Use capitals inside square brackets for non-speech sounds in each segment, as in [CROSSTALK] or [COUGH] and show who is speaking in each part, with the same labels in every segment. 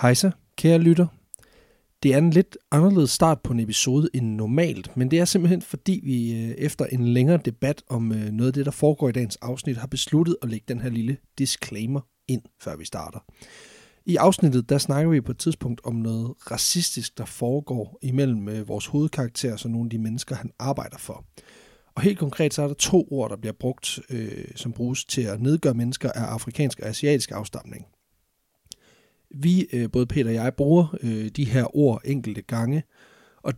Speaker 1: Hej så, kære lytter. Det er en lidt anderledes start på en episode end normalt, men det er simpelthen fordi vi øh, efter en længere debat om øh, noget af det, der foregår i dagens afsnit, har besluttet at lægge den her lille disclaimer ind, før vi starter. I afsnittet, der snakker vi på et tidspunkt om noget racistisk, der foregår imellem øh, vores hovedkarakter og så nogle af de mennesker, han arbejder for. Og helt konkret, så er der to ord, der bliver brugt, øh, som bruges til at nedgøre mennesker af afrikansk og asiatisk afstamning. Vi, øh, både Peter og jeg, bruger øh, de her ord enkelte gange, og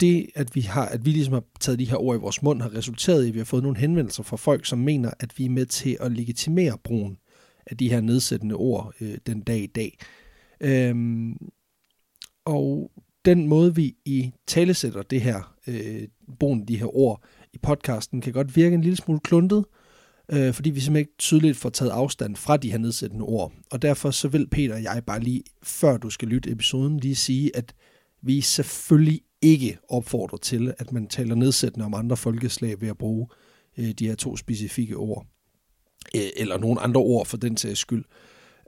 Speaker 1: det, at vi, har, at vi ligesom har taget de her ord i vores mund, har resulteret i, at vi har fået nogle henvendelser fra folk, som mener, at vi er med til at legitimere brugen af de her nedsættende ord øh, den dag i dag. Øhm, og den måde, vi i talesætter det her, øh, brugen af de her ord i podcasten, kan godt virke en lille smule kluntet, øh, fordi vi simpelthen ikke tydeligt får taget afstand fra de her nedsættende ord. Og derfor så vil Peter og jeg bare lige, før du skal lytte episoden, lige sige, at vi selvfølgelig ikke opfordrer til, at man taler nedsættende om andre folkeslag ved at bruge øh, de her to specifikke ord. Øh, eller nogle andre ord for den sags skyld.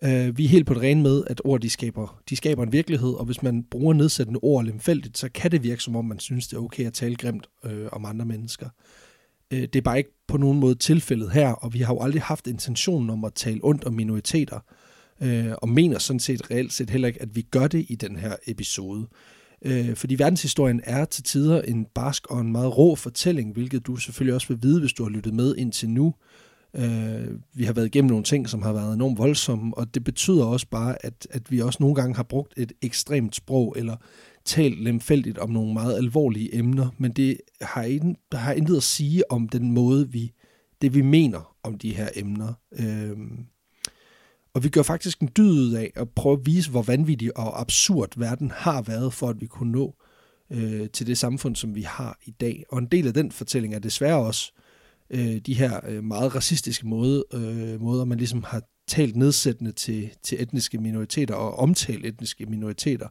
Speaker 1: Øh, vi er helt på det rene med, at ord de skaber, de skaber en virkelighed, og hvis man bruger nedsættende ord lemfældigt, så kan det virke som om, man synes, det er okay at tale grimt øh, om andre mennesker. Øh, Det er bare ikke på nogen måde tilfældet her, og vi har jo aldrig haft intentionen om at tale ondt om minoriteter, øh, og mener sådan set reelt set heller ikke, at vi gør det i den her episode. Øh, Fordi verdenshistorien er til tider en barsk og en meget rå fortælling, hvilket du selvfølgelig også vil vide, hvis du har lyttet med indtil nu. Øh, Vi har været igennem nogle ting, som har været enormt voldsomme, og det betyder også bare, at, at vi også nogle gange har brugt et ekstremt sprog, eller talt lemfældigt om nogle meget alvorlige emner, men det har, in, har intet at sige om den måde, vi, det vi mener om de her emner. Øhm, og vi gør faktisk en dyd ud af at prøve at vise, hvor vanvittig og absurd verden har været, for at vi kunne nå øh, til det samfund, som vi har i dag. Og en del af den fortælling er desværre også øh, de her øh, meget racistiske måde, øh, måder, man ligesom har talt nedsættende til, til etniske minoriteter og omtalt etniske minoriteter.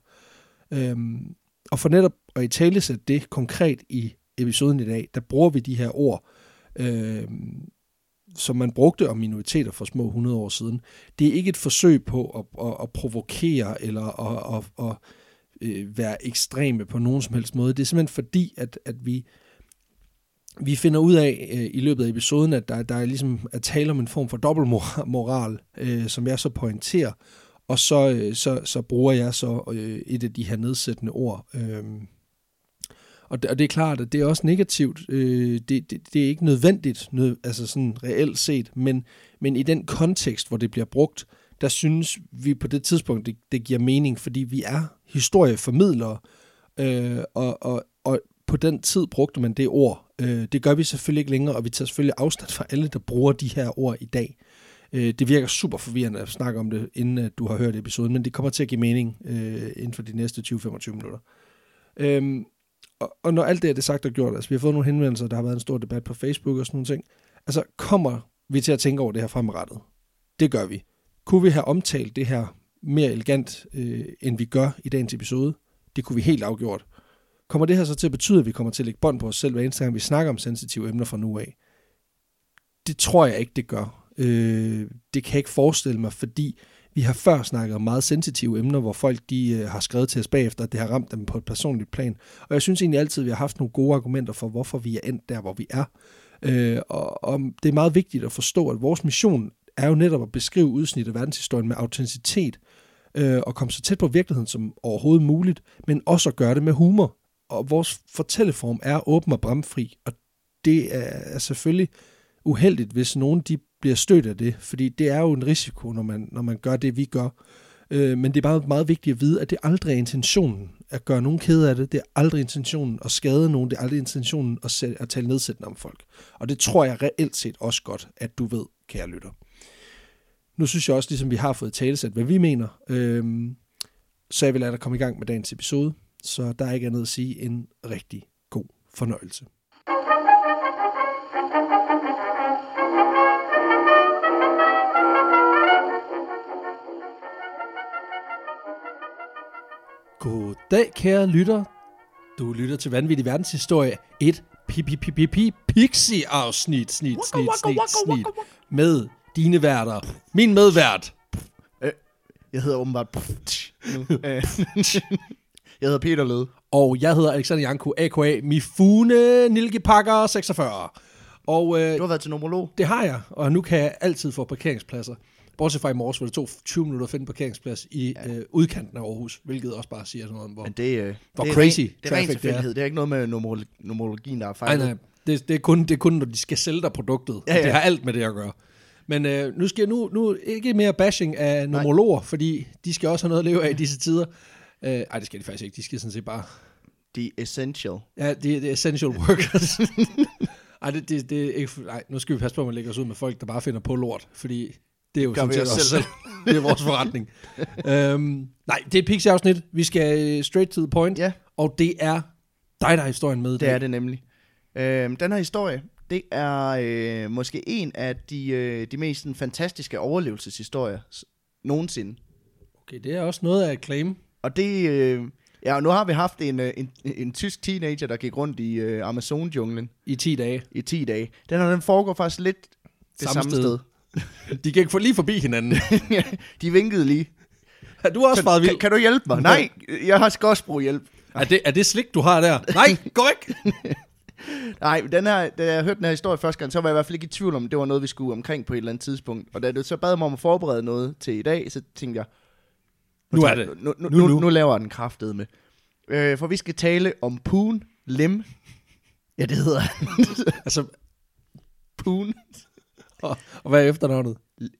Speaker 1: Øhm, og for netop at i tale sætte det konkret i episoden i dag, der bruger vi de her ord, øhm, som man brugte om minoriteter for små 100 år siden. Det er ikke et forsøg på at, at, at provokere eller at, at, at, at være ekstreme på nogen som helst måde. Det er simpelthen fordi, at, at vi, vi finder ud af øh, i løbet af episoden, at der, der er ligesom at tale om en form for dobbeltmoral, øh, som jeg så pointerer, og så, øh, så, så bruger jeg så øh, et af de her nedsættende ord. Øh, og, det, og det er klart, at det er også negativt. Øh, det, det, det er ikke nødvendigt, nød, altså sådan reelt set, men, men i den kontekst, hvor det bliver brugt, der synes vi på det tidspunkt, det, det giver mening, fordi vi er historieformidlere, øh, og, og, og på den tid brugte man det ord. Øh, det gør vi selvfølgelig ikke længere, og vi tager selvfølgelig afstand fra alle, der bruger de her ord i dag. Øh, det virker super forvirrende at snakke om det, inden at du har hørt episoden, men det kommer til at give mening øh, inden for de næste 20-25 minutter. Øhm, og, og når alt det er det sagt og gjort, altså vi har fået nogle henvendelser, der har været en stor debat på Facebook og sådan nogle ting, altså kommer vi til at tænke over det her fremrettet? Det gør vi. Kunne vi have omtalt det her mere elegant, øh, end vi gør i dagens episode? Det kunne vi helt afgjort. Kommer det her så til at betyde, at vi kommer til at lægge bånd på os selv hver eneste gang, vi snakker om sensitive emner fra nu af? Det tror jeg ikke, det gør. Øh, det kan jeg ikke forestille mig, fordi vi har før snakket om meget sensitive emner, hvor folk de, øh, har skrevet til os bagefter, at det har ramt dem på et personligt plan. Og jeg synes egentlig altid, at vi har haft nogle gode argumenter for, hvorfor vi er endt der, hvor vi er. Øh, og, og det er meget vigtigt at forstå, at vores mission er jo netop at beskrive udsnit af verdenshistorien med autenticitet, øh, og komme så tæt på virkeligheden som overhovedet muligt, men også at gøre det med humor. Og vores fortælleform er åben og bramfri, og det er er selvfølgelig uheldigt, hvis nogen de bliver stødt af det, fordi det er jo en risiko, når man, når man gør det, vi gør. Øh, men det er bare meget vigtigt at vide, at det aldrig er intentionen at gøre nogen ked af det. Det er aldrig intentionen at skade nogen. Det er aldrig intentionen at, sæt, at tale nedsættende om folk. Og det tror jeg reelt set også godt, at du ved, kære lytter. Nu synes jeg også, ligesom vi har fået talesat, hvad vi mener, øhm, så jeg vil lade dig komme i gang med dagens episode. Så der er ikke andet at sige end rigtig god fornøjelse. Goddag, kære lytter. Du lytter til Vanvittig Verdenshistorie, et pi pi pi pi pi pixie afsnit snit snit snit snit med dine værter. Min medvært,
Speaker 2: Jeg hedder åbenbart... Pff, tsch.
Speaker 1: [LAUGHS]
Speaker 2: nu. Øh, [LAUGHS] jeg hedder Peter Lød.
Speaker 1: Og jeg hedder Alexander Janko, a.k.a. Mifune Nilkepakker 46. Og øh,
Speaker 2: Du har været til nomolog.
Speaker 1: det har jeg, og nu kan jeg altid få parkeringspladser. Bortset fra i morges, hvor det tog 20 minutter at finde en parkeringsplads i ja. øh, udkanten af Aarhus, hvilket også bare siger sådan noget om, hvor...
Speaker 2: Men det, øh,
Speaker 1: Hvor
Speaker 2: det er
Speaker 1: crazy
Speaker 2: ren, det er ren
Speaker 1: traffic det er.
Speaker 2: tilfældighed. Det er. ikke noget med nomolo- nomologien, der er
Speaker 1: Ej,
Speaker 2: fejlet.
Speaker 1: nej, det, det, er kun, det er kun, når de skal sælge dig produktet. Ja,
Speaker 2: Ja,
Speaker 1: ja.
Speaker 2: ja.
Speaker 1: Det har alt med det at gøre. Men øh, nu skal jeg nu, nu ikke mere bashing af nomologer, fordi de skal også have noget at leve af i disse tider. Øh, ej, det skal de faktisk ikke. De skal sådan set bare...
Speaker 2: The essential.
Speaker 1: Ja, det, det er essential workers. [LAUGHS] ej, det, det, det er ikke... Nej, nu skal vi passe på, at man lægger os ud med folk, der bare finder på lort, fordi det er jo
Speaker 2: Gør
Speaker 1: sådan
Speaker 2: vi
Speaker 1: set
Speaker 2: os
Speaker 1: også
Speaker 2: selv.
Speaker 1: selv. [LAUGHS] det er vores forretning. øhm, nej, det er et Pixie-afsnit. Vi skal øh, straight to the point.
Speaker 2: Ja.
Speaker 1: Og det er dig, der har historien med. i
Speaker 2: Det
Speaker 1: dag.
Speaker 2: er det nemlig. Øhm, den her historie, det er øh, måske en af de, øh, de mest sådan, fantastiske overlevelseshistorier s- nogensinde.
Speaker 1: Okay, det er også noget af et claim.
Speaker 2: Og det... Øh, ja, og nu har vi haft en, øh, en, en tysk teenager, der gik rundt i øh, Amazon-junglen
Speaker 1: i 10 dage.
Speaker 2: i 10 dage. Den her, den foregår faktisk lidt det
Speaker 1: Samme
Speaker 2: samme, samme
Speaker 1: sted.
Speaker 2: sted.
Speaker 1: De gik for lige forbi
Speaker 2: [LAUGHS]
Speaker 1: hinanden.
Speaker 2: de vinkede lige.
Speaker 1: Har du også faret
Speaker 2: Kan,
Speaker 1: vild?
Speaker 2: kan du hjælpe mig? Nej, jeg har skal også brug hjælp.
Speaker 1: Er det, er det slik, du har der? Nej, gå væk!
Speaker 2: Nej, den her, da jeg hørte den her historie første gang, så var jeg i hvert fald ikke i tvivl om, at det var noget, vi skulle omkring på et eller andet tidspunkt. Og da du så bad mig om at forberede noget til i dag, så tænkte jeg,
Speaker 1: Nu er
Speaker 2: tager-
Speaker 1: det.
Speaker 2: Nu, nu,
Speaker 1: Nu,
Speaker 2: nu,
Speaker 1: nu.
Speaker 2: nu, nu laver jeg den kraftede med. Øh, for vi skal tale om Poon Lim. Ja, det hedder han. [LAUGHS]
Speaker 1: Altså,
Speaker 2: Poon.
Speaker 1: og, og hvad er efternavnet?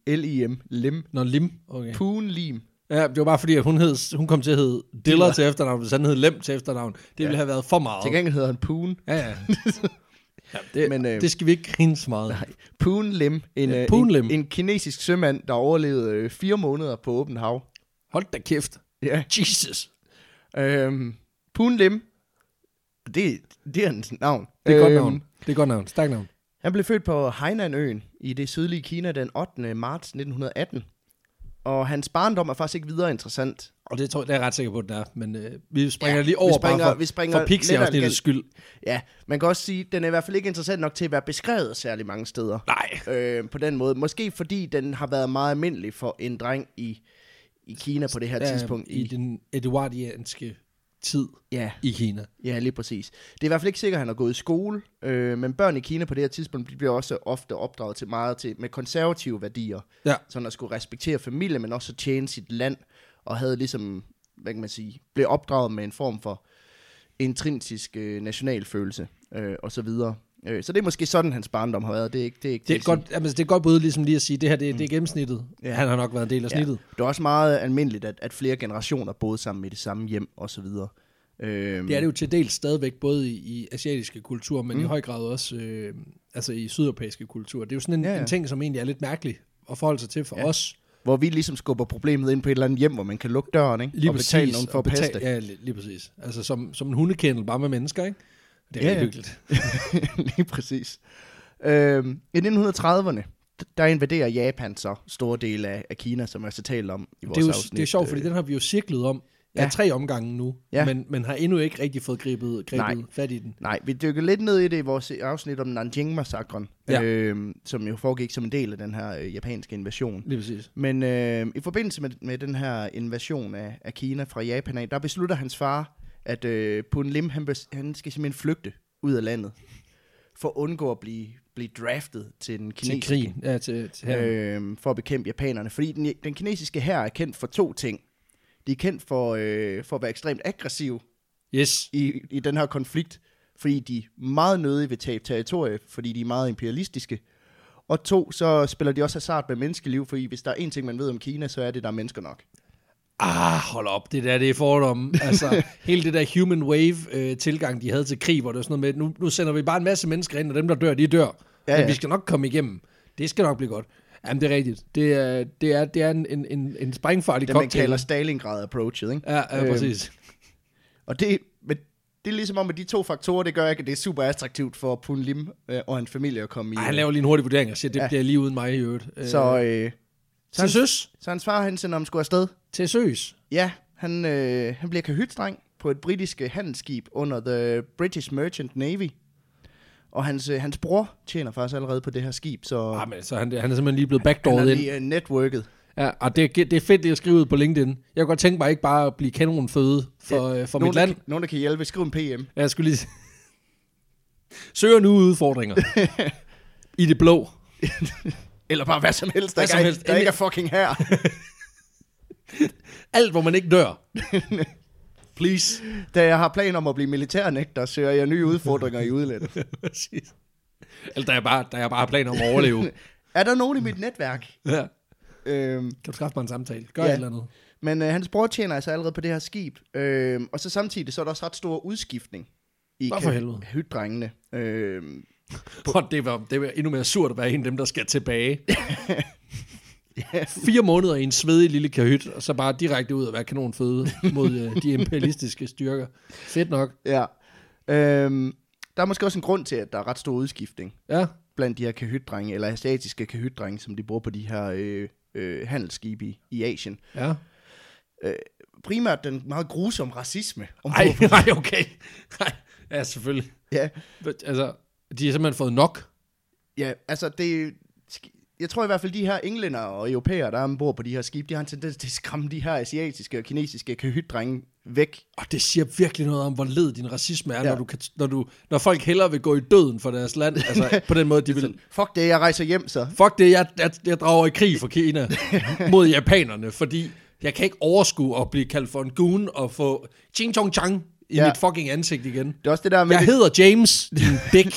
Speaker 2: L-I-M. Lim.
Speaker 1: Nå, Lim. Okay.
Speaker 2: Poon Lim.
Speaker 1: Ja, det var bare fordi, at hun, hed, hun kom til at hedde Diller til efternavn, hvis han hed Lem til efternavn. Det ville have været for meget.
Speaker 2: Til gengæld hedder han Poon.
Speaker 1: Ja,
Speaker 2: [LAUGHS]
Speaker 1: ja. ja det, Men,
Speaker 2: Men,
Speaker 1: øh,
Speaker 2: øh,
Speaker 1: det skal vi ikke grine så meget. af.
Speaker 2: Poon Lim. En,
Speaker 1: Ja,
Speaker 2: øh,
Speaker 1: Poon
Speaker 2: en,
Speaker 1: Lim.
Speaker 2: en kinesisk sømand, der overlevede øh, fire måneder på åbent hav.
Speaker 1: Hold da kæft.
Speaker 2: Ja.
Speaker 1: Jesus.
Speaker 2: Øhm, Poon Lim. Det, det er hans navn.
Speaker 1: Det er et godt
Speaker 2: Øhm,
Speaker 1: navn. Det er et godt navn. Stærkt navn.
Speaker 2: Han blev født på Hainanøen i det sydlige Kina den 8. marts 1918. Og hans barndom er faktisk ikke videre interessant.
Speaker 1: Og det, tror, jeg, det er jeg ret sikker på, at den er. Men øh, vi springer
Speaker 2: Ja,
Speaker 1: lige
Speaker 2: vi
Speaker 1: over
Speaker 2: springer-
Speaker 1: bare for,
Speaker 2: vi springer
Speaker 1: for
Speaker 2: lidt
Speaker 1: pixie-afsnittets skyld.
Speaker 2: Ja, man kan også sige, at den er i hvert fald ikke interessant nok til at være beskrevet særlig mange steder.
Speaker 1: Nej.
Speaker 2: Øh, på den måde. Måske fordi den har været meget almindelig for en dreng i, i Kina på det her
Speaker 1: Ja,
Speaker 2: tidspunkt.
Speaker 1: I den eduardianske tid
Speaker 2: ja,
Speaker 1: i Kina.
Speaker 2: Ja, lige præcis. Det er i hvert fald ikke sikkert, at han har gået i skole, øh, men børn i Kina på det her tidspunkt de bliver også ofte opdraget til meget til, med konservative værdier.
Speaker 1: Ja.
Speaker 2: Sådan at skulle respektere familie, men også at tjene sit land, og havde ligesom, hvad kan man sige, blev opdraget med en form for intrinsisk øh, nationalfølelse, øh, og så videre. Øh, så det er måske sådan, hans barndom har været. Det er ikke det, er ikke
Speaker 1: Det er et godt, jamen, altså, det er et godt bud ligesom lige at sige, det her det, mm. det er gennemsnittet. Ja.
Speaker 2: Ja.
Speaker 1: Han har nok været en del af snittet.
Speaker 2: Ja. Det er også meget almindeligt, at, at flere generationer boede sammen i det samme hjem, og så videre. Øh,
Speaker 1: Det er det jo til dels stadigvæk både i, i asiatiske kulturer, men mm. i høj grad også øh, altså i sydeuropæiske kulturer. Det er jo sådan en, ja,
Speaker 2: Ja,
Speaker 1: ja.
Speaker 2: ja.
Speaker 1: en ting, som egentlig er lidt mærkelig at forholde sig til for ja. os.
Speaker 2: Hvor vi ligesom skubber problemet ind på et eller andet hjem, hvor man kan lukke døren, ikke? og betale nogen for at
Speaker 1: og
Speaker 2: passe
Speaker 1: betale-
Speaker 2: det.
Speaker 1: Ja, lige, lige præcis. Altså som, som en hundekendel, bare med mennesker, ikke? Det er
Speaker 2: Ja,
Speaker 1: ja,
Speaker 2: ja.
Speaker 1: hyggeligt.
Speaker 2: [LAUGHS] Lige præcis. Øhm, I 1930'erne, d- der invaderer Japan så store dele af, af Kina, som jeg så talt om i vores
Speaker 1: Det er jo
Speaker 2: afsnit.
Speaker 1: det er sjovt,
Speaker 2: øh,
Speaker 1: fordi den har vi jo cirklet om ja.
Speaker 2: Ja.
Speaker 1: tre omgange nu, ja.
Speaker 2: Ja.
Speaker 1: men, men har endnu ikke rigtig fået grebet,
Speaker 2: Nej.
Speaker 1: grebet fat i den.
Speaker 2: Nej, vi dykker lidt ned i det i vores afsnit om Nanjing-massakren,
Speaker 1: Ja.
Speaker 2: ja. øhm, som jo foregik som en del af den her øh, japanske invasion.
Speaker 1: Lige præcis.
Speaker 2: Men øh, i forbindelse med, med den her invasion af, af Kina fra Japan af, der beslutter hans far, at øh, Pun Lim, han, bes- han skal simpelthen flygte ud af landet, for at undgå at blive, blive draftet til den
Speaker 1: Til
Speaker 2: kinesiske
Speaker 1: krigen. Ja, til, til her.
Speaker 2: øh, for at bekæmpe japanerne. Fordi den, den kinesiske her er kendt for to ting. De er kendt for, øh, for at være ekstremt aggressiv
Speaker 1: Yes.
Speaker 2: i, i den her konflikt, fordi de meget nødig vil tabe territorie, fordi de er meget imperialistiske. Og to, så spiller de også hasard med menneskeliv, fordi hvis der er en ting, man ved om Kina, så er det, der er mennesker nok.
Speaker 1: Ah, hold op, det der, det er
Speaker 2: [LAUGHS]
Speaker 1: fordomme. Altså, hele det der human wave-tilgang, de havde til krig, hvor det var sådan noget med, nu, nu sender vi bare en masse mennesker ind, og dem, der dør, de dør. Ja,
Speaker 2: Ja,
Speaker 1: ja. Men
Speaker 2: ja.
Speaker 1: vi skal nok komme igennem. Det skal nok blive godt. Jamen, det er rigtigt. Det er, det er, det er en, en, en, en sprængfarlig
Speaker 2: Det, man
Speaker 1: cocktail.
Speaker 2: kalder Stalingrad-approachet, ikke?
Speaker 1: Ja, ja,
Speaker 2: Øhm,
Speaker 1: præcis.
Speaker 2: Og det, men det er ligesom om, at de to faktorer, det gør ikke, at det er super attraktivt for Pun Lim øh, og hans familie at komme i.
Speaker 1: Ej, han laver lige en hurtig vurdering og siger, det ja.
Speaker 2: ja.
Speaker 1: bliver lige uden mig i øvrigt. Øh,
Speaker 2: så, øh,
Speaker 1: til søs.
Speaker 2: så hans far, han sender ham sgu afsted.
Speaker 1: Til søs.
Speaker 2: Ja, han, øh, han bliver kahytstreng på et britisk øh, handelsskib under The British Merchant Navy. Og hans, øh, hans bror tjener faktisk allerede på det her skib, så
Speaker 1: Ah, men, så han, han er simpelthen lige blevet
Speaker 2: han
Speaker 1: backdooret
Speaker 2: er
Speaker 1: ind.
Speaker 2: lige øh, networket.
Speaker 1: Ja, og det, er- det er fedt, det at skrive ud på LinkedIn. Jeg kunne godt tænke mig ikke bare at blive kanonføde for, ja, for mit
Speaker 2: Nogen, der,
Speaker 1: land.
Speaker 2: kan- nogen, der kan hjælpe, skriv en PM.
Speaker 1: Ja, Jeg skulle lige... [LAUGHS] Søger nu [LAUGHS] udfordringer. I det blå.
Speaker 2: Eller bare hvad som helst, der,
Speaker 1: Hvad
Speaker 2: ikke,
Speaker 1: som
Speaker 2: er,
Speaker 1: helst.
Speaker 2: der ikke er fucking her.
Speaker 1: [LAUGHS] Alt, hvor man ikke dør. [LAUGHS] Please.
Speaker 2: da jeg har planer om at blive militærnægter, søger jeg nye udfordringer i udlandet.
Speaker 1: [LAUGHS] Præcis. Eller der er bare, der er bare har planer om at [LAUGHS] overleve.
Speaker 2: Er der nogen i mit netværk?
Speaker 1: ja.
Speaker 2: Øhm,
Speaker 1: Kan du skaffe mig en samtale? Gør
Speaker 2: Ja.
Speaker 1: ja. et eller andet.
Speaker 2: men øh, hans bror tjener altså allerede på det her skib. Øhm, og så samtidig så er der også ret stor udskiftning i
Speaker 1: Nå, for helvede.
Speaker 2: hytdrengene. Øhm,
Speaker 1: Prøv, det, var, det var endnu mere surt at være en af dem, der skal tilbage. [LAUGHS] Fire måneder i en svedig lille kahyt, og så bare direkte ud og være kanonføde mod øh, [LAUGHS] de imperialistiske styrker. Fedt nok.
Speaker 2: ja. øhm, der er måske også en grund til, at der er ret stor udskiftning
Speaker 1: Ja,
Speaker 2: blandt de her kahytdrenge, eller asiatiske kahytdrenge, som de bruger på de her øh, øh, handelsskibe i, i Asien.
Speaker 1: ja.
Speaker 2: Primært den meget grusomme racisme.
Speaker 1: Ej, [LAUGHS]
Speaker 2: ombord på-
Speaker 1: nej, okay. Nej, ja, selvfølgelig.
Speaker 2: Ja,
Speaker 1: Altså, de har simpelthen fået nok.
Speaker 2: ja, altså det... Jeg tror i hvert fald, de her englænder og europæere, der er ombord på de her skibe, de har en tendens til at skræmme de her asiatiske og kinesiske kahytdrenge væk.
Speaker 1: Og det siger virkelig noget om, hvor led din racisme er,
Speaker 2: Ja.
Speaker 1: ja. når, du kan, når, du, når folk hellere vil gå i døden for deres land. Altså, på den måde, de vil...
Speaker 2: Fuck [LAUGHS] det, jeg rejser hjem så.
Speaker 1: Fuck det, jeg, jeg, jeg drager i krig for
Speaker 2: [LAUGHS]
Speaker 1: Kina mod japanerne, fordi jeg kan ikke overskue at blive kaldt for en goon og få ching chong chang i
Speaker 2: Ja.
Speaker 1: ja. mit fucking ansigt igen.
Speaker 2: Det er også det der med...
Speaker 1: jeg
Speaker 2: Det,
Speaker 1: hedder James,
Speaker 2: [LAUGHS]
Speaker 1: din dick.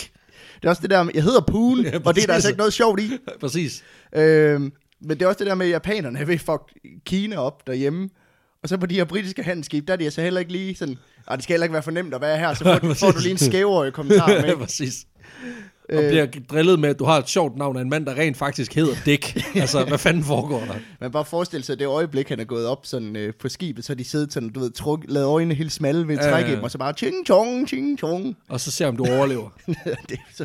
Speaker 2: det er også det der med jeg hedder Pool, ja, og det er der
Speaker 1: præcis.
Speaker 2: altså ikke noget sjovt i.
Speaker 1: Præcis.
Speaker 2: Øhm, men det er også det der med, at japanerne er ved at fuck Kina op derhjemme. Og så på de her britiske handelsskib, der er de altså heller ikke lige sådan... Og det skal heller ikke være for nemt at være her,
Speaker 1: [LAUGHS]
Speaker 2: så får, får du lige en skævere kommentar med.
Speaker 1: Ja, [LAUGHS] præcis. Og
Speaker 2: Øh.
Speaker 1: bliver drillet med, at du har et sjovt navn af en mand, der rent faktisk hedder Dick.
Speaker 2: [LAUGHS]
Speaker 1: Altså, hvad fanden foregår der?
Speaker 2: Man kan bare forestille sig, at det øjeblik, han er gået op sådan, øh, på skibet, så har de siddet sådan, du ved, truk, lavet øjnene helt smalle ved at
Speaker 1: Ja,
Speaker 2: trække
Speaker 1: ja.
Speaker 2: dem, og så bare ching chong, ching chong. [LAUGHS]
Speaker 1: Og så ser om du overlever.
Speaker 2: det er så...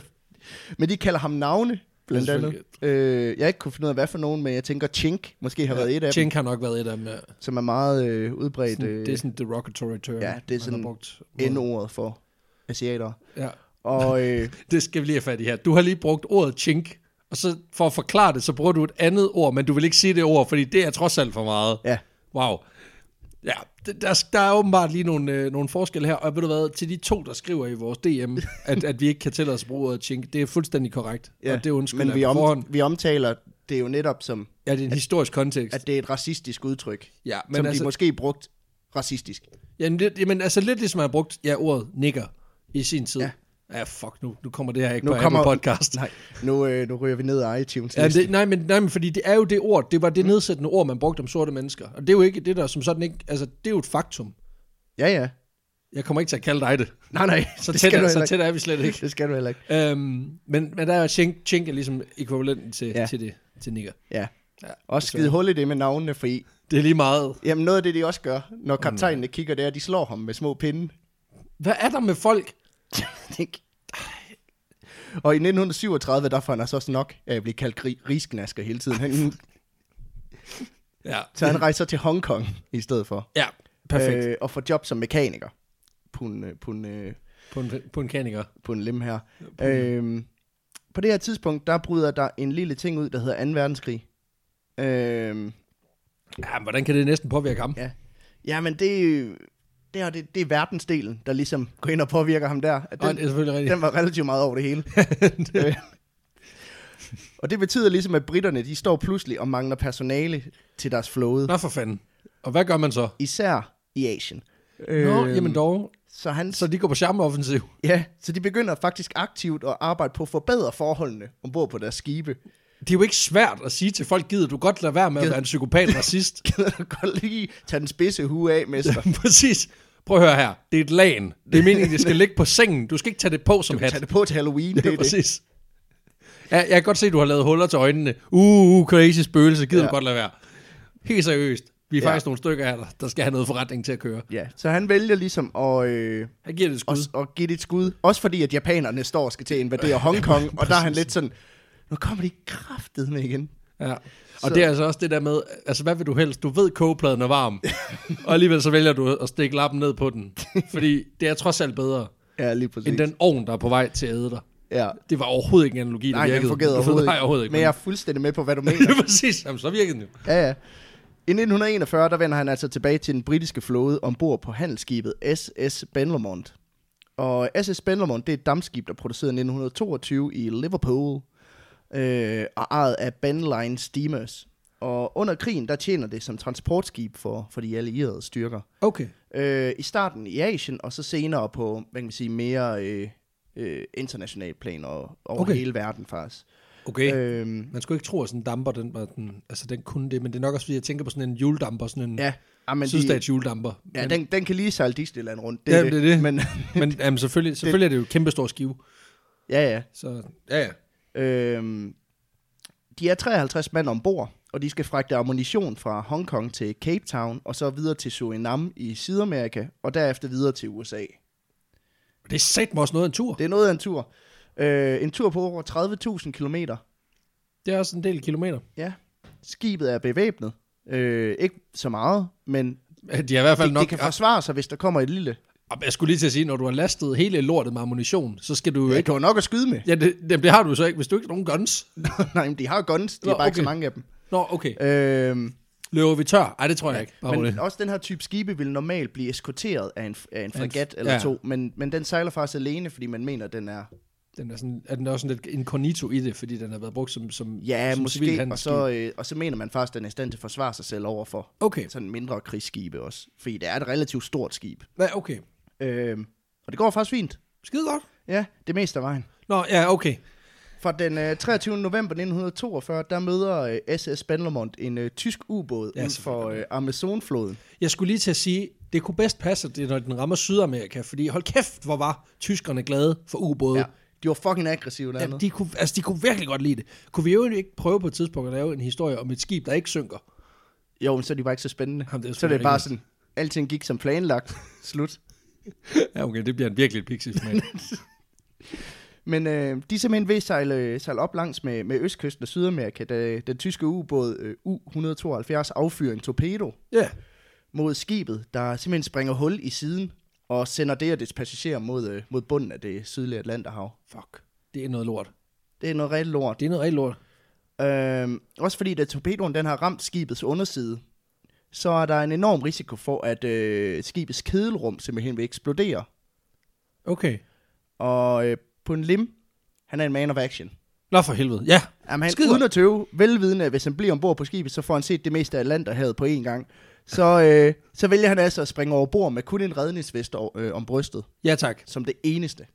Speaker 2: Men de kalder ham navne, blandt
Speaker 1: Ja,
Speaker 2: andet. Øh, jeg har ikke kunne finde ud af, hvad for nogen, men jeg tænker Chink måske har ja, været et af
Speaker 1: Chink har nok været et af dem. ja.
Speaker 2: dem, som er meget øh, udbredt
Speaker 1: Sådan,
Speaker 2: øh,
Speaker 1: det er sådan en derogatory term,
Speaker 2: ja, det er sådan
Speaker 1: man har brugt.
Speaker 2: N-ordet for asiater.
Speaker 1: Ja.
Speaker 2: Og
Speaker 1: [LAUGHS]
Speaker 2: øh,
Speaker 1: Det skal vi lige have fat i her. Du har lige brugt ordet chink, og så for at forklare det, så bruger du et andet ord, men du vil ikke sige det ord, fordi det er trods alt for meget.
Speaker 2: ja,
Speaker 1: Wow. Ja, det- der, der er åbenbart lige nogle, øh, nogle forskelle her, og ved du hvad, til de to, der skriver i vores DM,
Speaker 2: [LAUGHS]
Speaker 1: at, at vi ikke kan tillade os at bruge ordet chink, det er fuldstændig korrekt,
Speaker 2: ja.
Speaker 1: og det undskylder
Speaker 2: men
Speaker 1: jeg på
Speaker 2: vi,
Speaker 1: forhånd.
Speaker 2: om, vi omtaler det jo netop som,
Speaker 1: Ja, det er en historisk kontekst.
Speaker 2: at det er et racistisk udtryk,
Speaker 1: ja,
Speaker 2: som
Speaker 1: men
Speaker 2: de
Speaker 1: altså,
Speaker 2: måske brugt racistisk.
Speaker 1: jamen, det, jamen, altså lidt ligesom jeg har brugt ja, ordet nigger i sin tid.
Speaker 2: Ja.
Speaker 1: Ja. ja, fuck nu, nu kommer det her ikke
Speaker 2: Nu
Speaker 1: på
Speaker 2: kommer-
Speaker 1: kommer... podcast.
Speaker 2: Nej, nu, øh, nu ryger vi ned af iTunes.
Speaker 1: Ja,
Speaker 2: Ja,
Speaker 1: det, nej, men, nej, men fordi det er jo det ord, det var
Speaker 2: Mm.
Speaker 1: det nedsættende ord, man brugte om sorte mennesker. Og det er jo ikke det der, som sådan ikke, altså det er jo et faktum.
Speaker 2: ja, ja.
Speaker 1: Jeg kommer ikke til at kalde dig det.
Speaker 2: Nej, nej.
Speaker 1: Så
Speaker 2: det
Speaker 1: tæt,
Speaker 2: skal du
Speaker 1: er,
Speaker 2: heller
Speaker 1: så
Speaker 2: ikke.
Speaker 1: tæt er vi slet
Speaker 2: [LAUGHS]
Speaker 1: ikke.
Speaker 2: Det skal du heller ikke.
Speaker 1: Øhm, men, men der er chink, chink er ligesom ekvivalenten til,
Speaker 2: Ja.
Speaker 1: ja. til det, til nigger.
Speaker 2: Ja.
Speaker 1: Ja,
Speaker 2: Også skide hul i det med navnene, fordi
Speaker 1: Det er lige meget.
Speaker 2: jamen, noget af det, de også gør, når
Speaker 1: Mm.
Speaker 2: kaptajnene kigger der, de slår ham med små
Speaker 1: [LAUGHS]
Speaker 2: pinde.
Speaker 1: Hvad er der med folk?
Speaker 2: Tænk. Og i 1937, der får han altså også nok af at blive kaldt ri- risknasker hele tiden. Han,
Speaker 1: Ja, [LAUGHS]
Speaker 2: så han rejser til Hongkong i stedet for.
Speaker 1: ja perfekt. Øh.
Speaker 2: Øh, og får job som mekaniker på en, øh, på en, øh,
Speaker 1: På, en, på en kaniker.
Speaker 2: på en lem her. Øhm, på det her tidspunkt, der bryder der en lille ting ud, der hedder 2. verdenskrig. Øhm,
Speaker 1: Ja, men hvordan kan det næsten påvirke ham? Ja.
Speaker 2: Ja. Jamen, det, øh, det, her, det, det er verdensdelen, der ligesom går ind og påvirker ham der. At
Speaker 1: Den, det er
Speaker 2: Den,
Speaker 1: selvfølgelig rigtigt.
Speaker 2: den var relativt meget over det
Speaker 1: [LAUGHS]
Speaker 2: hele. Øh. og det betyder ligesom, at britterne de står pludselig og mangler personale til deres flåde.
Speaker 1: Nå for fanden. Og hvad gør man så?
Speaker 2: Især i Asien.
Speaker 1: Øh. Nå,
Speaker 2: øhm.
Speaker 1: jamen dog.
Speaker 2: Så, han,
Speaker 1: Så de går på charmeoffensiv.
Speaker 2: ja, så de begynder faktisk aktivt at arbejde på at forbedre forholdene ombord på deres skibe.
Speaker 1: Det er jo ikke svært at sige til folk, gider du godt lade være med at være en psykopat racist? [LAUGHS]
Speaker 2: Gider du godt lige tage den spidse hue af, mester?
Speaker 1: Præcis. Prøv at høre her. Det er et lagen. Det er meningen, det skal ligge på sengen. Du skal ikke tage det på som hat.
Speaker 2: Tag det på til Halloween, det
Speaker 1: Ja,
Speaker 2: er det.
Speaker 1: præcis. Ja, jeg kan godt se, at du har lavet huller til øjnene. Uh, uh crazy spøgelse. Gider
Speaker 2: Ja.
Speaker 1: ja. du godt lade være. Helt seriøst. Vi er
Speaker 2: Ja.
Speaker 1: ja. faktisk nogle stykker af dig, der skal have noget forretning til at køre.
Speaker 2: Ja, så han vælger ligesom at... Øh,
Speaker 1: Han giver det et skud.
Speaker 2: og, og give det et skud. Også fordi, at japanerne står og skal til at invadere
Speaker 1: [LAUGHS]
Speaker 2: Hongkong, og der er han lidt sådan, nu kommer de kraftet med igen.
Speaker 1: Ja. Og
Speaker 2: Så-
Speaker 1: så. det er altså også det der med, altså hvad vil du helst? Du ved, kogepladen er varm, og alligevel så vælger du at stikke lappen ned på den. Fordi det er trods alt bedre,
Speaker 2: Ja, lige præcis.
Speaker 1: end den ovn, der er på vej til at æde dig.
Speaker 2: Ja.
Speaker 1: Det var overhovedet ikke en analogi, der
Speaker 2: Nej,
Speaker 1: virkede.
Speaker 2: jeg fungerede
Speaker 1: Det
Speaker 2: overhovedet,
Speaker 1: Nej, overhovedet ikke.
Speaker 2: Men jeg er fuldstændig med på, hvad du mener.
Speaker 1: Ja, [LAUGHS] præcis. Jamen, så virkede den jo.
Speaker 2: Ja, ja. I 1941, der vender han altså tilbage til den britiske flåde ombord på handelsskibet SS Benlamont. Og SS Benlamont, det er et dammskib, der er produceret i 1922 i Liverpool, øh, og ejet af Benline Steamers. Og under krigen, der tjener det som transportskib for, for de allierede styrker.
Speaker 1: Okay.
Speaker 2: Øh, I starten i Asien, og så senere på, hvad kan man sige, mere øh, øh, international plan og over
Speaker 1: Okay.
Speaker 2: okay. hele verden faktisk.
Speaker 1: Okay. Øh.
Speaker 2: Øhm,
Speaker 1: Man skulle ikke tro, at sådan en damper, den, var den, altså, den kunne det, men det er nok også, fordi jeg tænker på sådan en juledamper, sådan en ja,
Speaker 2: ja, ah, men de-
Speaker 1: sydstats juledamper.
Speaker 2: Ja,
Speaker 1: men,
Speaker 2: den, den kan lige sejle Disneyland rundt. Det,
Speaker 1: Ja,
Speaker 2: er det.
Speaker 1: det er det.
Speaker 2: Men, [LAUGHS]
Speaker 1: men jamen, selvfølgelig, selvfølgelig er det jo et kæmpe stor skive.
Speaker 2: ja, ja.
Speaker 1: Så ja, ja.
Speaker 2: Øhm, de er 53 mand ombord, og de skal fragte ammunition fra Hongkong til Cape Town, og så videre til Surinam i Sydamerika, og derefter videre til USA.
Speaker 1: Det er satme også noget af en tur. Det,
Speaker 2: Det er noget af en tur. Øh, en tur på over 30.000 km.
Speaker 1: det er også en del kilometer.
Speaker 2: Ja. Skibet er bevæbnet. Øh, ikke så meget, men
Speaker 1: Øh, De har i hvert fald
Speaker 2: det,
Speaker 1: nok...
Speaker 2: det kan forsvare sig, hvis der kommer et lille...
Speaker 1: Ah, Jeg skulle lige til at sige, når du har lastet hele lortet med ammunition, så skal du jo
Speaker 2: Ja,
Speaker 1: ikke...
Speaker 2: du har nok at skyde med. [LAUGHS]
Speaker 1: Ja, det, det, det har du så ikke, hvis du ikke har nogen guns.
Speaker 2: Nej, men de har guns. De
Speaker 1: Nå,
Speaker 2: har bare ikke så
Speaker 1: okay.
Speaker 2: mange af dem.
Speaker 1: Nå, okay.
Speaker 2: Øh,
Speaker 1: Løber vi tør? Nej, det tror jeg ikke. Bare
Speaker 2: Men
Speaker 1: roligt.
Speaker 2: også den her type skibe vil normalt blive eskorteret af en, af en
Speaker 1: f-
Speaker 2: fregat eller
Speaker 1: ja.
Speaker 2: ja. to, men, men den sejler faktisk alene, fordi man mener, den er...
Speaker 1: Den er, sådan, er den også sådan lidt incognito i det, fordi den har været brugt som, som
Speaker 2: Ja,
Speaker 1: som
Speaker 2: måske,
Speaker 1: civilhandelsskib?
Speaker 2: og så, øh, og så mener man faktisk, at den er i stand til at forsvare sig selv overfor
Speaker 1: Okay,
Speaker 2: sådan mindre krigsskibe også, fordi det er et relativt stort skib.
Speaker 1: ja, okay.
Speaker 2: Øhm, og det går faktisk fint.
Speaker 1: Skide godt.
Speaker 2: Ja, det meste af vejen.
Speaker 1: Nå, ja, okay.
Speaker 2: Fra den øh, 23. november 1942, der møder øh, SS Benlamont en øh, tysk ubåd
Speaker 1: Ja,
Speaker 2: ja, inden for øh, Amazonfloden.
Speaker 1: Jeg skulle lige til at sige, det kunne bedst passe, at det, er, når den rammer Sydamerika, fordi hold kæft, hvor var tyskerne glade for ubåde.
Speaker 2: Ja, de var fucking aggressive
Speaker 1: Ja,
Speaker 2: dernede.
Speaker 1: de, kunne, altså, de kunne virkelig godt lide det. Kunne vi jo egentlig ikke prøve på et tidspunkt at lave en historie om et skib, der ikke synker?
Speaker 2: Jo, men så er de bare ikke så spændende.
Speaker 1: Jamen, det er
Speaker 2: så er det
Speaker 1: selvfølgelig
Speaker 2: bare
Speaker 1: rigtigt.
Speaker 2: sådan, alting gik som planlagt. [LAUGHS] Slut.
Speaker 1: [LAUGHS] Ja, okay, det bliver en virkelig pixie
Speaker 2: Men øh, de er simpelthen ved at sejle, sejle op langs med, med østkysten af Sydamerika, da den tyske ubåd øh, U-172 affyrer en torpedo
Speaker 1: [LAUGHS] Ja,
Speaker 2: mod skibet, der simpelthen springer hul i siden og sender det og dets passagerer mod, øh, mod bunden af det sydlige Atlanterhav.
Speaker 1: fuck. Det er noget lort.
Speaker 2: Det er noget rigtig lort.
Speaker 1: Det er noget rigtig lort.
Speaker 2: Øh, også fordi, da torpedoen den har ramt skibets underside, så er der en enorm risiko for, at øh, skibets kedelrum simpelthen vil eksplodere.
Speaker 1: Okay.
Speaker 2: Og øh, på en lim, han er en man of action.
Speaker 1: Nå for helvede, ja.
Speaker 2: Jamen,
Speaker 1: Skide
Speaker 2: han, Skide
Speaker 1: godt.
Speaker 2: uden at tøve, velvidende, at hvis han bliver ombord på skibet, så får han set det meste af Atlanterhavet på én gang. Så, øh, så vælger han altså at springe over bord med kun en redningsvest over, øh, om brystet,
Speaker 1: Ja tak.
Speaker 2: som det eneste.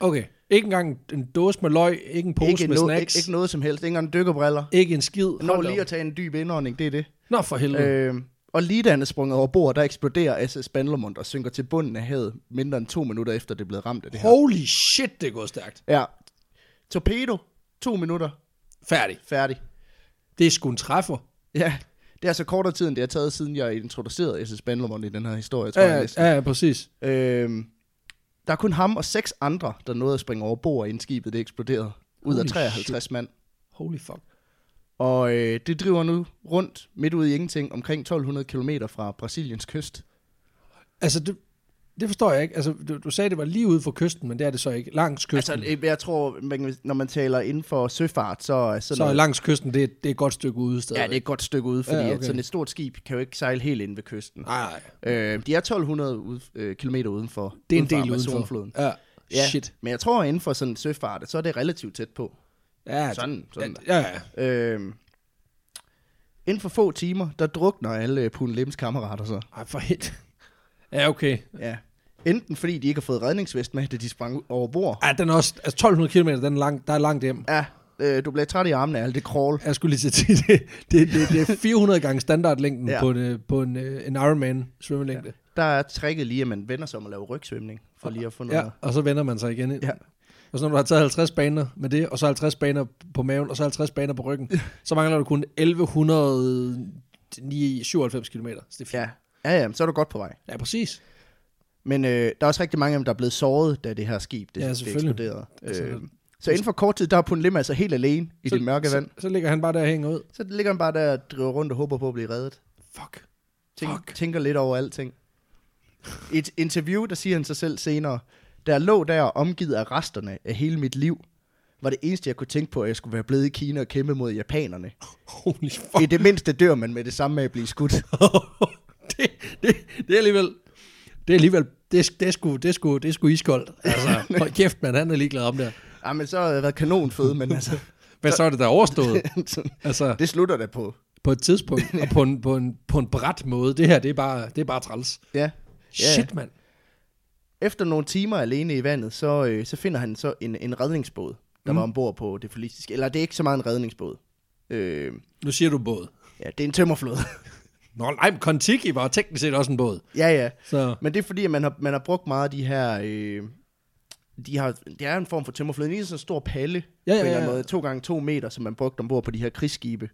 Speaker 1: Okay. Ikke engang en- en dåse med løg, ikke en pose
Speaker 2: Ikke,
Speaker 1: med
Speaker 2: no-
Speaker 1: snacks,
Speaker 2: ikke, ikke noget som helst, ikke engang dykkerbriller.
Speaker 1: ikke en skid.
Speaker 2: Han når
Speaker 1: Hold
Speaker 2: lige
Speaker 1: da
Speaker 2: at tage en dyb indånding, det er det.
Speaker 1: op. Nå for helvede. Øh.
Speaker 2: Øh, og lige da han er sprunget over bord, der eksploderer SS Bandlermund og synker til bunden af havet, mindre end to minutter efter det er blevet ramt af det her.
Speaker 1: Holy shit, det er gået stærkt.
Speaker 2: Ja. Torpedo, to minutter,
Speaker 1: Færdig.
Speaker 2: færdig.
Speaker 1: Det er sgu en træffer.
Speaker 2: Ja, det er så kortere tid, end det har taget, siden jeg introducerede SS Bandlermund i den her historie, tror
Speaker 1: Ja,
Speaker 2: jeg
Speaker 1: ja,
Speaker 2: næsten.
Speaker 1: ja, ja, præcis.
Speaker 2: Øhm, der er kun ham og seks andre, der nåede at springe over bord, inden skibet det eksploderede. Ud
Speaker 1: Holy
Speaker 2: af 53 shit. mand.
Speaker 1: Holy fuck.
Speaker 2: Og øh, det driver nu rundt midt ude i ingenting, omkring 1200 km fra Brasiliens kyst.
Speaker 1: Altså, det, det forstår jeg ikke. Altså, du, du sagde, det var lige ude for kysten, men det er det så ikke. Langs kysten.
Speaker 2: Altså, øh, jeg tror, man, når man taler inden for søfart, så er sådan
Speaker 1: så er
Speaker 2: noget,
Speaker 1: langs kysten, det, er- det er et godt stykke ude stadig.
Speaker 2: ja, det er et godt stykke ude, fordi
Speaker 1: Ja,
Speaker 2: ja,
Speaker 1: okay.
Speaker 2: okay. at sådan et stort skib kan jo ikke sejle helt ind ved kysten.
Speaker 1: Nej, nej.
Speaker 2: Øh, de er 1200 ude, øh, kilometer udenfor.
Speaker 1: Det er en
Speaker 2: udenfor
Speaker 1: del udenfor.
Speaker 2: Amazonfloden.
Speaker 1: Ja.
Speaker 2: Ja,
Speaker 1: Shit.
Speaker 2: men jeg tror, at inden for sådan søfart, så er det relativt tæt på.
Speaker 1: Ja,
Speaker 2: Sådan, sådan.
Speaker 1: Ja, ja.
Speaker 2: Øhm, inden for få timer, der drukner alle Pune Lims kammerater så.
Speaker 1: Ej, for helt. Ja, okay.
Speaker 2: Ja. Enten fordi de ikke har fået redningsvest med, da de sprang ud over bord.
Speaker 1: Ja, den er også, altså 1200 km, den er lang, der er langt hjem.
Speaker 2: Ja, øh, du bliver træt i armene af alt det crawl.
Speaker 1: Jeg skulle lige til at sige, [LAUGHS] det, det, det, det er 400 gange standardlængden ja.
Speaker 2: Ja.
Speaker 1: på, en, øh, på en, øh, en Ironman svømmelængde.
Speaker 2: Der er tricket lige, at man vender sig om at lave rygsvømning, for lige at få
Speaker 1: Ja.
Speaker 2: noget.
Speaker 1: ja, og så vender man sig igen ind.
Speaker 2: Ja.
Speaker 1: Og så når du har taget 50 baner med det, og så 50 baner på maven, og så 50 baner på
Speaker 2: [LAUGHS]
Speaker 1: ryggen, så mangler du kun 1197 km. Så det er fint.
Speaker 2: Ja, ja, ja men så er du godt på vej.
Speaker 1: ja, præcis.
Speaker 2: Men øh, der er også rigtig mange af dem, der er blevet såret, da det her skib det,
Speaker 1: Ja,
Speaker 2: det
Speaker 1: selvfølgelig.
Speaker 2: eksploderede.
Speaker 1: Altså,
Speaker 2: Øh, så inden for kort tid, der er Pune Lim altså helt alene i det mørke vand.
Speaker 1: Så, så ligger han bare der og hænger ud.
Speaker 2: Så ligger han bare der og driver rundt og håber på at blive reddet.
Speaker 1: Fuck.
Speaker 2: Tænk,
Speaker 1: Fuck.
Speaker 2: Tænker lidt over alting. I et interview, der siger han sig selv senere, der lå der omgivet af resterne af hele mit liv, var det eneste, jeg kunne tænke på, at jeg skulle være blevet i Kina og kæmpe mod japanerne.
Speaker 1: Holy fuck. [LAUGHS]
Speaker 2: I det mindste dør man med det samme med at blive skudt.
Speaker 1: det, det, det er alligevel... Det er alligevel... Det, er- det, er sgu, det, er sgu, det er sgu iskoldt.
Speaker 2: [LAUGHS]
Speaker 1: Altså, hold kæft, man. Han er ligeglad om det.
Speaker 2: Ja, men så har jeg været kanonføde, men altså,
Speaker 1: Hvad så er det, der er overstået? Altså,
Speaker 2: [LAUGHS] det slutter da på.
Speaker 1: på et tidspunkt,
Speaker 2: [LAUGHS]
Speaker 1: og på en, på en, på en bræt måde. Det her, det er bare, det er bare træls.
Speaker 2: Ja.
Speaker 1: Yeah. Shit, mand.
Speaker 2: Efter nogle timer alene i vandet, så, øh, så finder han så en, en redningsbåd, der mm. var ombord på det forlistiske. Eller det er ikke så meget en redningsbåd. Øh,
Speaker 1: Nu siger du båd.
Speaker 2: ja, det er en tømmerflod.
Speaker 1: Nå, nej, men Kon-Tiki var teknisk set også en båd.
Speaker 2: [LAUGHS] ja, ja.
Speaker 1: Så,
Speaker 2: Men det er fordi, at man har, man har brugt meget af de her... Øh, de har, det er en form for tømmerflod. Det er sådan en stor palle,
Speaker 1: Ja, ja,
Speaker 2: på en eller anden
Speaker 1: ja.
Speaker 2: måde. To gange to meter, som man brugte ombord på de her krigsskibe.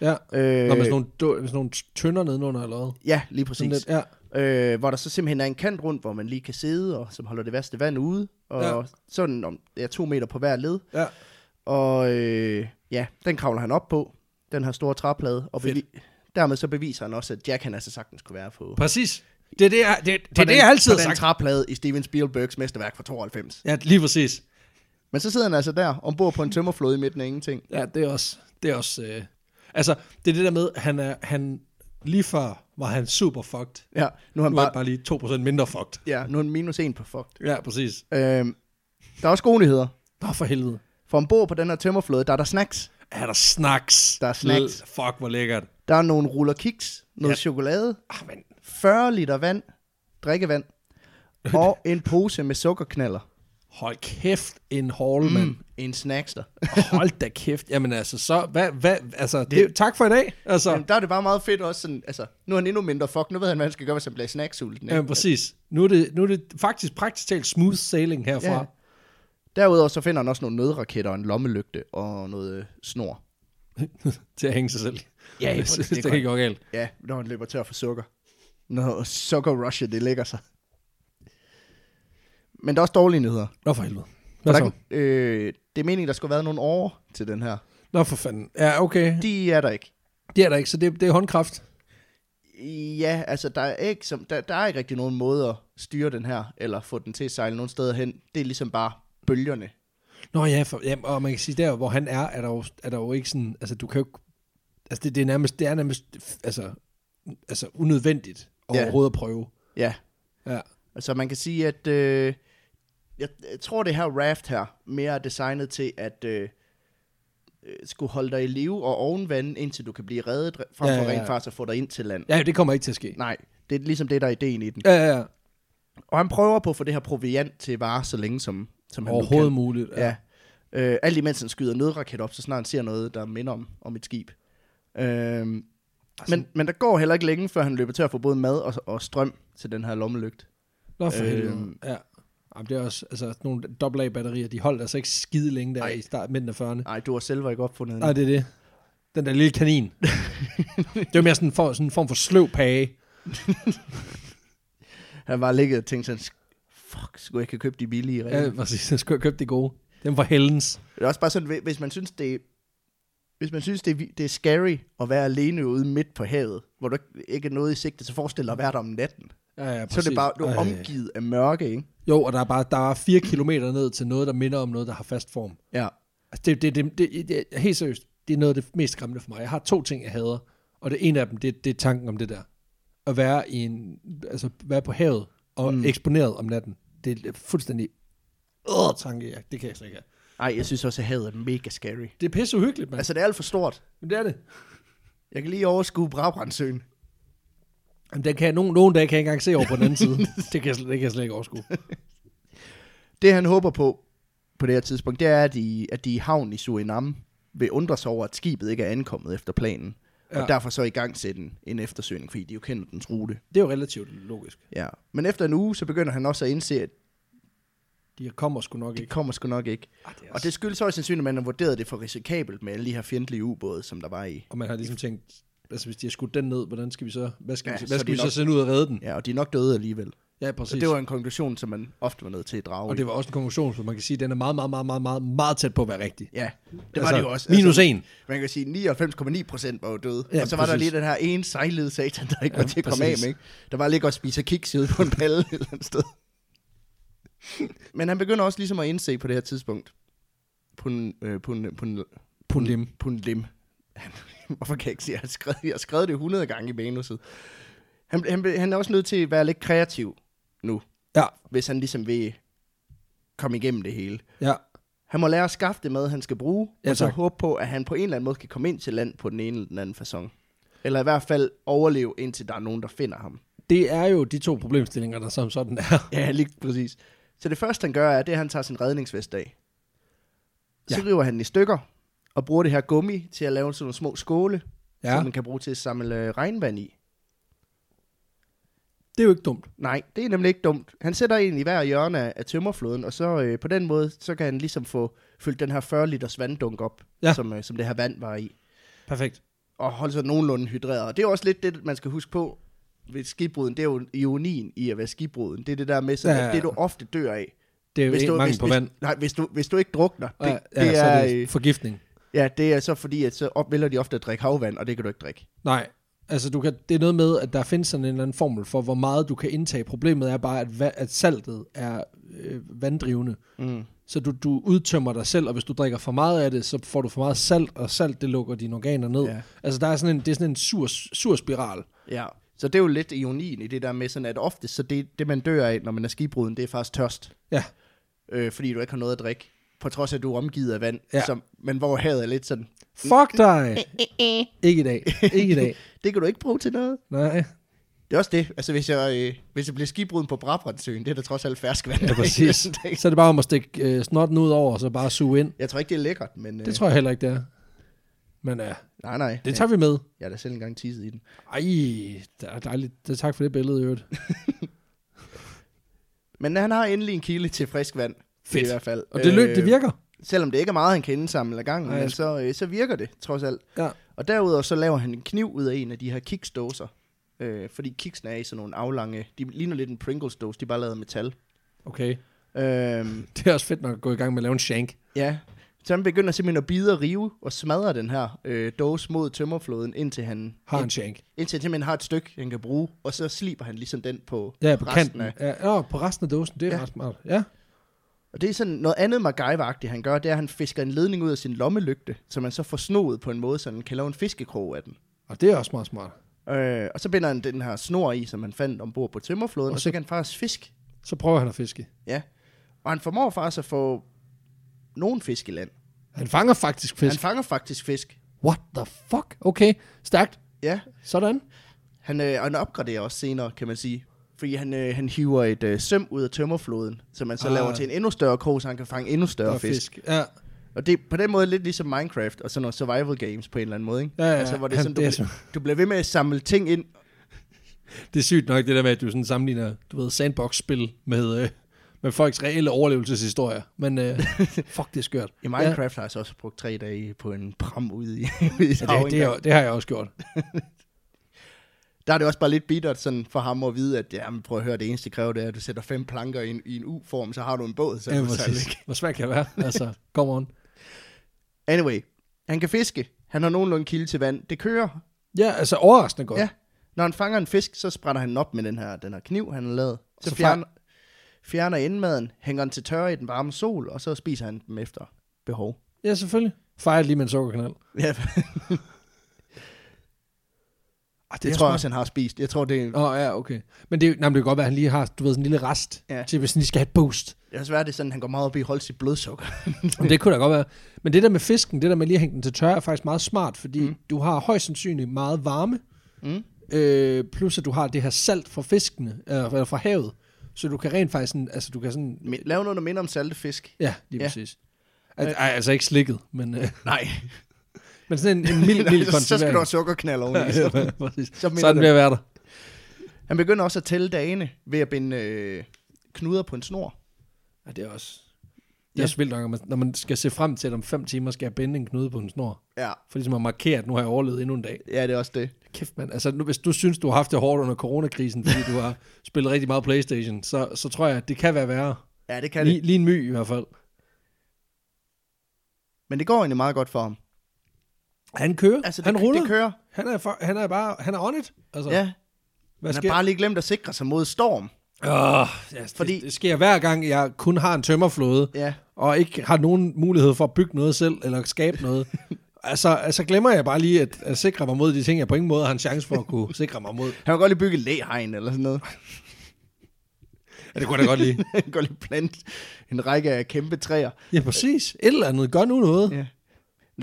Speaker 1: ja.
Speaker 2: Øh,
Speaker 1: Nå, med sådan nogle, dø- med sådan nogle tønder nedenunder eller hvad?
Speaker 2: Ja, lige præcis.
Speaker 1: Sådan lidt, ja.
Speaker 2: Øh, hvor der så simpelthen er en kant rundt, hvor man lige kan sidde, og som holder det værste vand ude. Og
Speaker 1: Ja.
Speaker 2: ja. sådan om ja, to meter på hver led.
Speaker 1: ja.
Speaker 2: Og øh, ja, den kravler han op på, den her store træplade. Og
Speaker 1: Fedt.
Speaker 2: bevi- dermed så beviser han også, at Jack han altså sagtens kunne være på,
Speaker 1: Præcis. Det er det, jeg, det, det, er
Speaker 2: på
Speaker 1: det, jeg altid
Speaker 2: på
Speaker 1: har
Speaker 2: den
Speaker 1: sagt.
Speaker 2: træplade i Steven Spielbergs mesterværk fra 92.
Speaker 1: Ja, lige præcis.
Speaker 2: Men så sidder han altså der, ombord på en tømmerflod i midten af ingenting.
Speaker 1: Ja, det er også... Det er også øh... Altså, det er det der med, han er... Han, lige før var han super fucked.
Speaker 2: Ja, nu er han
Speaker 1: Nu er han
Speaker 2: bare,
Speaker 1: bare lige 2% mindre fucked.
Speaker 2: ja, nu er han minus en på fuck.
Speaker 1: Ja, præcis.
Speaker 2: Øhm, der er også gode nyheder.
Speaker 1: Nå, for helvede.
Speaker 2: For ombord på den her tømmerflod, der er der snacks.
Speaker 1: Er der snacks?
Speaker 2: Der er snacks.
Speaker 1: L- Fuck, hvor lækkert.
Speaker 2: Der er nogle ruller kiks, noget
Speaker 1: Ja.
Speaker 2: ja. chokolade,
Speaker 1: Ah, men,
Speaker 2: 40 liter vand, drikkevand, og en pose med sukkerknaller.
Speaker 1: hold kæft en haul, mm. mand.
Speaker 2: En snackster.
Speaker 1: [LAUGHS] Hold da kæft. Jamen altså, så... Hvad, hvad, altså, det, det, tak for i dag. Altså,
Speaker 2: Jamen, der er det bare meget fedt også sådan, altså, nu er han endnu mindre fuck, nu ved han, hvad han skal gøre, hvis han bliver snacksulten.
Speaker 1: Ja,
Speaker 2: ikke?
Speaker 1: præcis. Nu er, det, nu er det faktisk praktisk talt smooth sailing herfra.
Speaker 2: Ja. Derudover så finder han også nogle nødraketter, en lommelygte og noget øh, snor.
Speaker 1: til at hænge sig selv.
Speaker 2: Ja, ja,
Speaker 1: jeg [LAUGHS] synes,
Speaker 2: det er
Speaker 1: det kan gå galt.
Speaker 2: Ja, når han løber tør for sukker. Når sukker rusher, det lægger sig. Men der er også dårlige nyheder.
Speaker 1: Nå for helvede.
Speaker 2: For
Speaker 1: Hvad så?
Speaker 2: der, øh, det er meningen, der skulle have været nogle år til den her.
Speaker 1: Nå for fanden. Ja, okay.
Speaker 2: De er der ikke.
Speaker 1: Det er der ikke, så det, det er håndkraft.
Speaker 2: Ja, altså der er ikke, som, der, der er ikke rigtig nogen måde at styre den her, eller få den til at sejle nogen steder hen. Det er ligesom bare bølgerne.
Speaker 1: Nå ja, for, ja, og man kan sige, der hvor han er, er der jo, er der jo ikke sådan, altså du kan jo ikke- altså det, det er nærmest, det er nærmest, altså, altså unødvendigt overhovedet at prøve.
Speaker 2: Ja,
Speaker 1: Ja.
Speaker 2: altså man kan sige, at øh, jeg, jeg tror det her raft her mere er designet til at øh, øh, skulle holde dig i live og ovenvand, indtil du kan blive reddet, re- frem
Speaker 1: Ja,
Speaker 2: for
Speaker 1: ja, ja.
Speaker 2: rent faktisk at få dig ind til land.
Speaker 1: ja, det kommer ikke til at ske.
Speaker 2: Nej, det er ligesom det, der er ideen i den.
Speaker 1: Ja, ja, ja.
Speaker 2: Og han prøver på at få det her proviant til at vare så længe som, som han nu
Speaker 1: Overhovedet
Speaker 2: kan.
Speaker 1: muligt. Ja.
Speaker 2: Ja. Øh, alt imens han skyder nødraket op, så snart han ser noget, der minder om, om et skib. Øh,
Speaker 1: Altså-
Speaker 2: men, men der går heller ikke længe, før han løber til at få både mad og, og strøm til den her lommelygt.
Speaker 1: Nå for
Speaker 2: Øhm.
Speaker 1: helvede. Ja. Jamen, det er også, altså nogle AA-batterier, de holdt altså ikke skide længe der
Speaker 2: Nej.
Speaker 1: i start, midten af 40'erne.
Speaker 2: Nej, du har selv ikke opfundet den.
Speaker 1: Nej, det er det. Den der lille
Speaker 2: [LAUGHS]
Speaker 1: kanin. det var mere sådan en form, sådan en form for sløv page.
Speaker 2: Han var ligget og tænkt sådan, fuck, skulle jeg kan købe de billige regler.
Speaker 1: Ja, præcis. Jeg skulle have købt det gode. Den var Hellens.
Speaker 2: Det er også bare sådan, hvis- hvis man synes, det er, hvis man synes, det er, vi- det er scary at være alene ude midt på havet, hvor du ikke- ikke er noget i sigte, så forestil dig at være der om natten.
Speaker 1: Ja, ja,
Speaker 2: Så er det bare, du er
Speaker 1: Ej.
Speaker 2: omgivet af mørke, ikke?
Speaker 1: Jo, og der er bare der er fire kilometer ned til noget, der minder om noget, der har fast form.
Speaker 2: Ja.
Speaker 1: Altså, det, det, det, det, det, er helt seriøst, det er noget af det mest skræmmende for mig. Jeg har to ting, jeg hader, og det ene af dem, det, det er tanken om det der. At være, i en, altså, være på havet og mm. eksponeret om natten. Det er fuldstændig øh, tanke, jeg. det kan jeg slet ikke have.
Speaker 2: Ej, jeg synes også, at havet er mega scary.
Speaker 1: Det er pisse uhyggeligt, mand. Altså,
Speaker 2: Altså, det er alt for stort.
Speaker 1: det er det.
Speaker 2: Jeg kan lige overskue Brabrandsøen.
Speaker 1: Jamen, den kan jeg, nogen, nogen dage kan jeg ikke engang se over på den anden
Speaker 2: [LAUGHS]
Speaker 1: side. det, kan jeg, slet- det kan jeg slet ikke overskue.
Speaker 2: Det, han håber på på det her tidspunkt, det er, at de, at de i havn i Surinam vil undre sig over, at skibet ikke er ankommet efter planen. Ja.
Speaker 1: Ja.
Speaker 2: Og derfor så i gang sætte en, en eftersøgning, fordi de jo kender dens rute.
Speaker 1: Det er jo relativt logisk.
Speaker 2: Ja. Men efter en uge, så begynder han også at indse, at
Speaker 1: De kommer sgu nok
Speaker 2: det
Speaker 1: ikke.
Speaker 2: kommer sgu nok ikke.
Speaker 1: Ah, det er
Speaker 2: Og det skyldes højst sandsynligt, at man har vurderet det for risikabelt med alle de her fjendtlige ubåde, som der var i.
Speaker 1: Og man har ligesom tænkt, altså hvis de har skudt den ned, hvordan skal vi så, hvad skal, ja,
Speaker 2: Ja,
Speaker 1: vi, så-
Speaker 2: så
Speaker 1: hvad
Speaker 2: er
Speaker 1: skal
Speaker 2: de
Speaker 1: vi så
Speaker 2: nok-
Speaker 1: sende ud og redde den?
Speaker 2: Ja, og de er nok døde alligevel.
Speaker 1: Ja,
Speaker 2: Så
Speaker 1: præcis.
Speaker 2: det var en konklusion, som man ofte var nødt til at drage
Speaker 1: Og
Speaker 2: i.
Speaker 1: det var også en konklusion, som man kan sige, den er meget, meget, meget, meget, meget, meget tæt på at være rigtig. Altså,
Speaker 2: Ja, Altså, det var det jo også.
Speaker 1: Minus en.
Speaker 2: Man kan sige, 99,9 procent var jo døde.
Speaker 1: Ja,
Speaker 2: Ja, og så var præcis. der
Speaker 1: præcis.
Speaker 2: lige den her ene sejlede satan, der ikke
Speaker 1: Ja,
Speaker 2: ja, var til at komme af
Speaker 1: præcis.
Speaker 2: med. Ikke? Der var ligge og spise kiks ude på en palle et [LAUGHS] eller andet sted. Men han begynder også ligesom at indse på det her tidspunkt, på en, øh, på en, på en,
Speaker 1: På en lim.
Speaker 2: på en lim. Han, [LAUGHS] hvorfor kan jeg ikke sige, at jeg har skrevet, jeg har skrevet det 100 gange i manuset. Han, han, blev- han er også nødt til at være lidt kreativ nu,
Speaker 1: Ja,
Speaker 2: hvis han ligesom vil komme igennem det hele.
Speaker 1: ja.
Speaker 2: Han må lære at skaffe det mad, han skal bruge,
Speaker 1: Ja,
Speaker 2: ja, og så
Speaker 1: tak.
Speaker 2: håbe på, at han på en eller anden måde kan komme ind til land på den ene eller den anden façon. Eller i hvert fald overleve, indtil der er nogen, der finder ham.
Speaker 1: Det er jo de to problemstillinger, der som sådan er.
Speaker 2: Ja, lige præcis. Så det første, han gør, er, det er, at han tager sin redningsvest af. Så river han den i stykker, og bruger det her gummi til at lave sådan nogle små skåle, ja.
Speaker 1: Ja,
Speaker 2: som man kan bruge til at samle øh, regnvand i.
Speaker 1: det er jo ikke dumt.
Speaker 2: Nej, det er nemlig ikke dumt. Han sætter en i hver hjørne af- af tømmerfloden, og så øh, på den måde, så kan han ligesom få fyldt den her 40 liters vanddunk op,
Speaker 1: Ja.
Speaker 2: ja. som, øh, som det her vand var i.
Speaker 1: Perfekt.
Speaker 2: og holde sig nogenlunde hydreret. Og det er også lidt det, man skal huske på ved skibbruden. Det er jo ionien i at være skibbruden. Det er det der med, sådan,
Speaker 1: Ja, ja,
Speaker 2: ja. at det
Speaker 1: ja.
Speaker 2: du ofte dør af.
Speaker 1: Det er jo ikke
Speaker 2: du,
Speaker 1: mangel
Speaker 2: hvis,
Speaker 1: på
Speaker 2: hvis,
Speaker 1: vand.
Speaker 2: Nej, hvis du, hvis du ikke drukner, det,
Speaker 1: Ja,
Speaker 2: ja,
Speaker 1: ja,
Speaker 2: det,
Speaker 1: så
Speaker 2: er,
Speaker 1: er det
Speaker 2: øh,
Speaker 1: forgiftning.
Speaker 2: ja, det er så fordi, at så op- vælger de ofte at drikke havvand, og det kan du ikke drikke.
Speaker 1: Nej, altså du kan, det er noget med, at der findes sådan en eller anden formel for, hvor meget du kan indtage. Problemet er bare, at, va- at saltet er øh, vanddrivende.
Speaker 2: Mm.
Speaker 1: Så du, du udtømmer dig selv, og hvis du drikker for meget af det, så får du for meget salt, og salt det lukker dine organer ned.
Speaker 2: Ja.
Speaker 1: Altså der er sådan en, det er sådan en sur, sur spiral.
Speaker 2: Ja. Så det er jo lidt ionien i det der med, sådan at ofte så det, det man dør af, når man er skibbruden, det er faktisk tørst.
Speaker 1: Ja,
Speaker 2: Øh, fordi du ikke har noget at drikke. På trods af, at du er omgivet af vand.
Speaker 1: Ja.
Speaker 2: Som, men hvor havet er lidt sådan,
Speaker 1: fuck
Speaker 2: [LAUGHS]
Speaker 1: dig! Ikke i dag, ikke i dag.
Speaker 2: det kan du ikke bruge til noget. [LAUGHS]
Speaker 1: Nej,
Speaker 2: Det er også det. Altså, hvis jeg, øh, hvis jeg bliver skibbruden på Brabrandsøen, det er da trods alt ferskvand. [LAUGHS]
Speaker 1: ja, præcis. Så er det bare om at stikke øh, snotten ud over, og så bare suge ind.
Speaker 2: jeg tror ikke, det er lækkert, men... Øh,
Speaker 1: Det tror jeg heller ikke, det er. Men ja,
Speaker 2: Nej, nej. Øh,
Speaker 1: det tager vi med.
Speaker 2: Jeg har da selv engang tisset i den.
Speaker 1: Ej, det er dejligt. Det er tak for det billede, i øvrigt.
Speaker 2: Men han har endelig en kilde til frisk vand.
Speaker 1: Fedt.
Speaker 2: I hvert fald. Øh,
Speaker 1: Og det løb, det virker.
Speaker 2: Selvom det ikke er meget, han kan indsamle ad gangen,
Speaker 1: Nej,
Speaker 2: men
Speaker 1: jeg-
Speaker 2: så, øh, så virker det, trods alt.
Speaker 1: Ja.
Speaker 2: Og derudover så laver han en kniv ud af en af de her kiksdåser. Øh, fordi kiksene er i sådan nogle aflange... De ligner lidt en Pringles-dåse, de er bare lavet af metal.
Speaker 1: Okay.
Speaker 2: Øh,
Speaker 1: Det er også fedt nok at gå i gang med at lave en shank.
Speaker 2: Ja, så han begynder simpelthen at bide og rive og smadre den her øh, dåse mod tømmerfloden, indtil han,
Speaker 1: Har
Speaker 2: ind,
Speaker 1: en shank.
Speaker 2: indtil han simpelthen har et stykke, han kan bruge, og så sliber han ligesom den på,
Speaker 1: Ja, på
Speaker 2: resten
Speaker 1: kanten.
Speaker 2: af.
Speaker 1: Ja, åh, på resten af dåsen. Det er ja.
Speaker 2: Ja.
Speaker 1: ret smart. Ja.
Speaker 2: Og det er sådan noget andet MacGyver-agtigt, han gør, det er, at han fisker en ledning ud af sin lommelygte, som man så får snoet på en måde, så han kan lave en fiskekrog af den.
Speaker 1: Og det er også meget smart.
Speaker 2: Øh, og så binder han den her snor i, som han fandt ombord på tømmerfloden, og så kan han faktisk fisk.
Speaker 1: Så prøver han at fiske.
Speaker 2: Ja. Og han formår faktisk at få nogen fisk i land.
Speaker 1: Han fanger faktisk
Speaker 2: Fisk.
Speaker 1: fisk.
Speaker 2: Han fanger faktisk fisk.
Speaker 1: What the fuck? Okay, stærkt.
Speaker 2: Ja,
Speaker 1: Sådan.
Speaker 2: Han, øh, og han opgraderer også senere, kan man sige. Fordi han, øh, han hiver et øh, søm ud af tømmerfloden, som man så
Speaker 1: Ah.
Speaker 2: ah. laver til en endnu større krog, så han kan fange endnu større
Speaker 1: Og
Speaker 2: fisk. fisk.
Speaker 1: Ja,
Speaker 2: Og det er på den måde lidt ligesom Minecraft og sådan nogle survival games på en eller anden måde. Ikke?
Speaker 1: Ja, ja, ja.
Speaker 2: altså, hvor det er
Speaker 1: Han-
Speaker 2: sådan, du,
Speaker 1: det er
Speaker 2: bliver, du bliver ved med at samle ting ind.
Speaker 1: det er sygt nok det der med, at du sådan sammenligner, du ved, sandbox-spil med, øh, med folks reelle overlevelseshistorier. Men [LAUGHS] øh, fuck, det er skørt.
Speaker 2: I Minecraft ja. har jeg så også brugt tre dage på en pram ude i, [LAUGHS] ude i
Speaker 1: Ja, det,
Speaker 2: hav
Speaker 1: det,
Speaker 2: engang.
Speaker 1: har, det har jeg også gjort.
Speaker 2: Der er det også bare lidt bittert sådan for ham at vide, at jamen, prøv at høre, det eneste kræver, det er, at du sætter fem planker i en, i en U-form, så har du en båd. Så
Speaker 1: Ja,
Speaker 2: så-
Speaker 1: [LAUGHS] præcis. Hvor svært kan det [LAUGHS] være? Altså, come on.
Speaker 2: Anyway, han kan fiske. Han har nogenlunde kilde til vand. Det kører.
Speaker 1: Ja, altså overraskende godt.
Speaker 2: Ja. Når han fanger en fisk, så sprætter han den op med den her, den her kniv, han har lavet.
Speaker 1: Så
Speaker 2: Så, så fjerner, fjerner indmaden, hænger den til tørre i den varme sol, og så spiser han dem efter behov.
Speaker 1: Ja, selvfølgelig. Fejre lige med en sukkerkanal.
Speaker 2: Ja,
Speaker 1: Ah,
Speaker 2: [LAUGHS] det tror jeg også, han har spist. Jeg tror, det er,
Speaker 1: Åh, oh, ja, okay. Men det, er jo- nej, men det kan godt være, at han lige har, du ved, sådan en lille rest, ja.
Speaker 2: Ja.
Speaker 1: til hvis han lige skal have et boost.
Speaker 2: det er svært, det er sådan, han går meget op i at holde sit blodsukker. [LAUGHS]
Speaker 1: Men det kunne da godt være. Men det der med fisken, det der med lige at hænge den til tørre, er faktisk meget smart, fordi mm. du har højst sandsynligt meget varme,
Speaker 2: Mm.
Speaker 1: øh, plus at du har det her salt fra fiskene, øh, eller fra havet, så du kan rent faktisk, sådan, altså du kan sådan,
Speaker 2: Men Lav noget, der minder om saltefisk.
Speaker 1: ja, lige ja.
Speaker 2: Ja.
Speaker 1: præcis. Al- Ej, altså ikke slikket, men, øh,
Speaker 2: [LAUGHS] Nej,
Speaker 1: men sådan en, en
Speaker 2: [LAUGHS]
Speaker 1: mild, mild
Speaker 2: så, så skal du have
Speaker 1: konservering.
Speaker 2: sukkerknald oveni. så.
Speaker 1: [LAUGHS] ja, præcis.
Speaker 2: Så minder
Speaker 1: Sådan
Speaker 2: det.
Speaker 1: bliver jeg der.
Speaker 2: [LAUGHS] Han begynder også at tælle dagene ved at binde øh, knuder på en snor.
Speaker 1: Ja, det er også... Det er
Speaker 2: Ja.
Speaker 1: også vildt nok, når man, når man skal se frem til, at om fem timer skal jeg binde en knude på en snor.
Speaker 2: Ja,
Speaker 1: For ligesom at markere, at nu har jeg overlevet endnu en dag.
Speaker 2: ja det er også det.
Speaker 1: Kæft, mand. Altså, nu, hvis du synes, du har haft det hårdt under coronakrisen, fordi du [LAUGHS] har spillet rigtig meget Playstation, så, så tror jeg, at det kan være værre.
Speaker 2: Ja, det kan det.
Speaker 1: Lige, lige en my i hvert fald.
Speaker 2: Men det går egentlig meget godt for ham.
Speaker 1: Han kører.
Speaker 2: Altså,
Speaker 1: Altså,
Speaker 2: det,
Speaker 1: han ruller.
Speaker 2: Det kører.
Speaker 1: Han, er for, han er bare... Han er on it. Altså,
Speaker 2: Ja,
Speaker 1: hvad
Speaker 2: han har
Speaker 1: sker?
Speaker 2: bare lige glemt at sikre sig mod storm.
Speaker 1: Øh, ja, Fordi...
Speaker 2: Fordi-
Speaker 1: det, det sker hver gang, jeg kun har en tømmerflåde,
Speaker 2: Ja,
Speaker 1: og ikke har nogen mulighed for at bygge noget selv, eller skabe
Speaker 2: [LAUGHS]
Speaker 1: noget. altså, altså glemmer jeg bare lige at, at sikre mig mod de ting, jeg på ingen måde har en chance for at kunne sikre mig mod.
Speaker 2: han kan godt lige bygge et læhegn eller sådan noget. [LAUGHS]
Speaker 1: Ja, det kunne jeg da godt lide.
Speaker 2: Han kan godt lige plante en række af kæmpe træer.
Speaker 1: [LAUGHS] Ja, præcis. Et eller andet. Gør nu noget.
Speaker 2: Ja. Der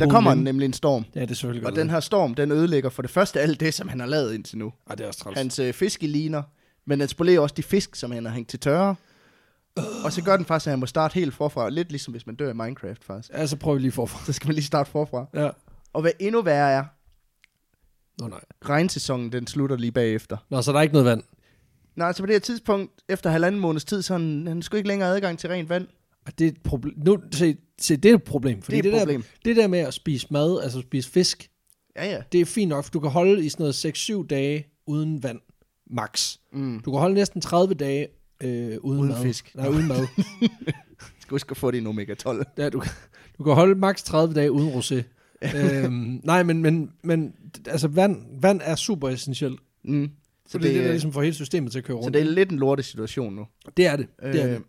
Speaker 1: Brug
Speaker 2: kommer
Speaker 1: den.
Speaker 2: nemlig en storm.
Speaker 1: Ja, det er selvfølgelig
Speaker 2: Og
Speaker 1: godt.
Speaker 2: den her storm, den ødelægger for det første alt det, som han har lavet indtil nu.
Speaker 1: Ej, det er også træls.
Speaker 2: Hans øh, fiskeliner, men den spolerer også de fisk, som han har hængt til tørre. Og så gør den faktisk, at han må starte helt forfra. Lidt ligesom hvis man dør i Minecraft faktisk.
Speaker 1: Ja, så prøver vi lige forfra.
Speaker 2: Så skal man lige starte forfra.
Speaker 1: Ja.
Speaker 2: Og hvad endnu værre er,
Speaker 1: Nå, nej.
Speaker 2: regnsæsonen den slutter lige bagefter.
Speaker 1: Nå, så der er ikke noget vand.
Speaker 2: Nej, så på det her tidspunkt, efter halvanden måneds tid, så han, han skulle ikke længere adgang til rent vand.
Speaker 1: Og det er et problem. Nu, se, se, det er et problem. Fordi
Speaker 2: Det er et
Speaker 1: det,
Speaker 2: problem.
Speaker 1: Der, det der med at spise mad, altså spise fisk,
Speaker 2: Ja, ja.
Speaker 1: det er fint nok, for du kan holde i sådan noget 6-7 dage uden vand, max.
Speaker 2: Mm.
Speaker 1: Du kan holde næsten 30 dage øh, uden,
Speaker 2: Uden
Speaker 1: mad.
Speaker 2: fisk.
Speaker 1: Nej, uden
Speaker 2: [LAUGHS]
Speaker 1: mad.
Speaker 2: Skal huske at få det i en omega-12.
Speaker 1: Ja, du, du kan holde max 30 dage uden
Speaker 2: [LAUGHS]
Speaker 1: rosé. øhm, nej, men, men, men altså, vand, vand er super essentielt.
Speaker 2: Mm.
Speaker 1: Så det, det, er det, der ligesom får hele systemet til at køre
Speaker 2: så
Speaker 1: rundt.
Speaker 2: det er lidt en lorte situation nu.
Speaker 1: det er det. det, er
Speaker 2: Øh,
Speaker 1: det.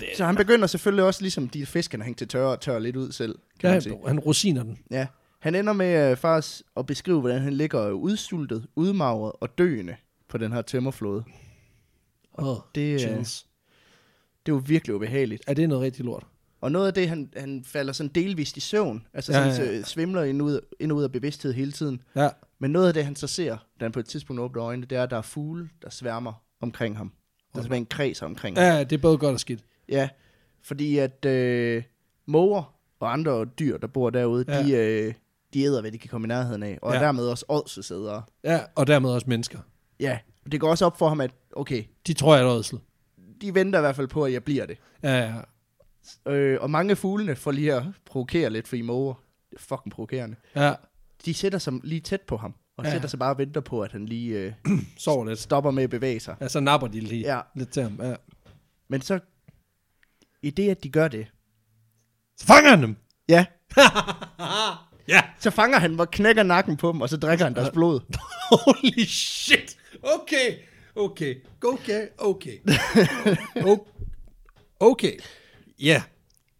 Speaker 1: Det er-
Speaker 2: Så han begynder selvfølgelig også, ligesom de fisk, han har hængt til tørre, og tør lidt ud selv, kan
Speaker 1: Ja,
Speaker 2: man sige.
Speaker 1: han, han rosiner den.
Speaker 2: Ja. Han ender med øh, faktisk at beskrive, hvordan han ligger øh, udsultet, udmagret og døende på den her tømmerflåde.
Speaker 1: Oh,
Speaker 2: det er-
Speaker 1: chance.
Speaker 2: Det var virkelig ubehageligt.
Speaker 1: Er det noget rigtig lort?
Speaker 2: Og noget af det, han, han falder sådan delvist i søvn. Altså
Speaker 1: Ja,
Speaker 2: sådan,
Speaker 1: ja,
Speaker 2: ja, ja. svimler ind og ud, ind og ud af bevidsthed hele tiden.
Speaker 1: Ja.
Speaker 2: Men noget af det, han så ser, da han på et tidspunkt åbner øjnene, det er, at der er fugle, der sværmer omkring ham. Der er simpelthen kreds omkring ham.
Speaker 1: ja, det er både godt og skidt.
Speaker 2: Ja, fordi at øh, måger og andre dyr, der bor derude,
Speaker 1: Ja.
Speaker 2: ja. de, øh, de æder, hvad de kan komme i nærheden af, og
Speaker 1: Ja.
Speaker 2: ja. dermed også ådsesædere.
Speaker 1: Ja, og dermed også mennesker.
Speaker 2: Ja, og det går også op for ham, at okay,
Speaker 1: De tror jeg er et ådsel.
Speaker 2: de venter i hvert fald på, at jeg bliver det.
Speaker 1: Ja, ja.
Speaker 2: Øh, og mange af fuglene, for lige at provokere lidt, fordi måger, det er fucking provokerende,
Speaker 1: ja.
Speaker 2: de sætter sig lige tæt på ham, og
Speaker 1: Ja.
Speaker 2: ja. sætter sig bare og venter på, at han lige øh,
Speaker 1: Sover lidt.
Speaker 2: stopper med at bevæge sig.
Speaker 1: Ja, så napper de lige ja.
Speaker 2: Ja.
Speaker 1: lidt til ham. Ja.
Speaker 2: Men så, i det, at de gør det,
Speaker 1: Så fanger han dem!
Speaker 2: [LAUGHS] ja,
Speaker 1: Ja!
Speaker 2: så fanger han og knækker nakken på dem, og så drikker han deres blod.
Speaker 1: Holy shit! Okay, okay, okay,
Speaker 2: [LAUGHS]
Speaker 1: okay. O- okay. Ja,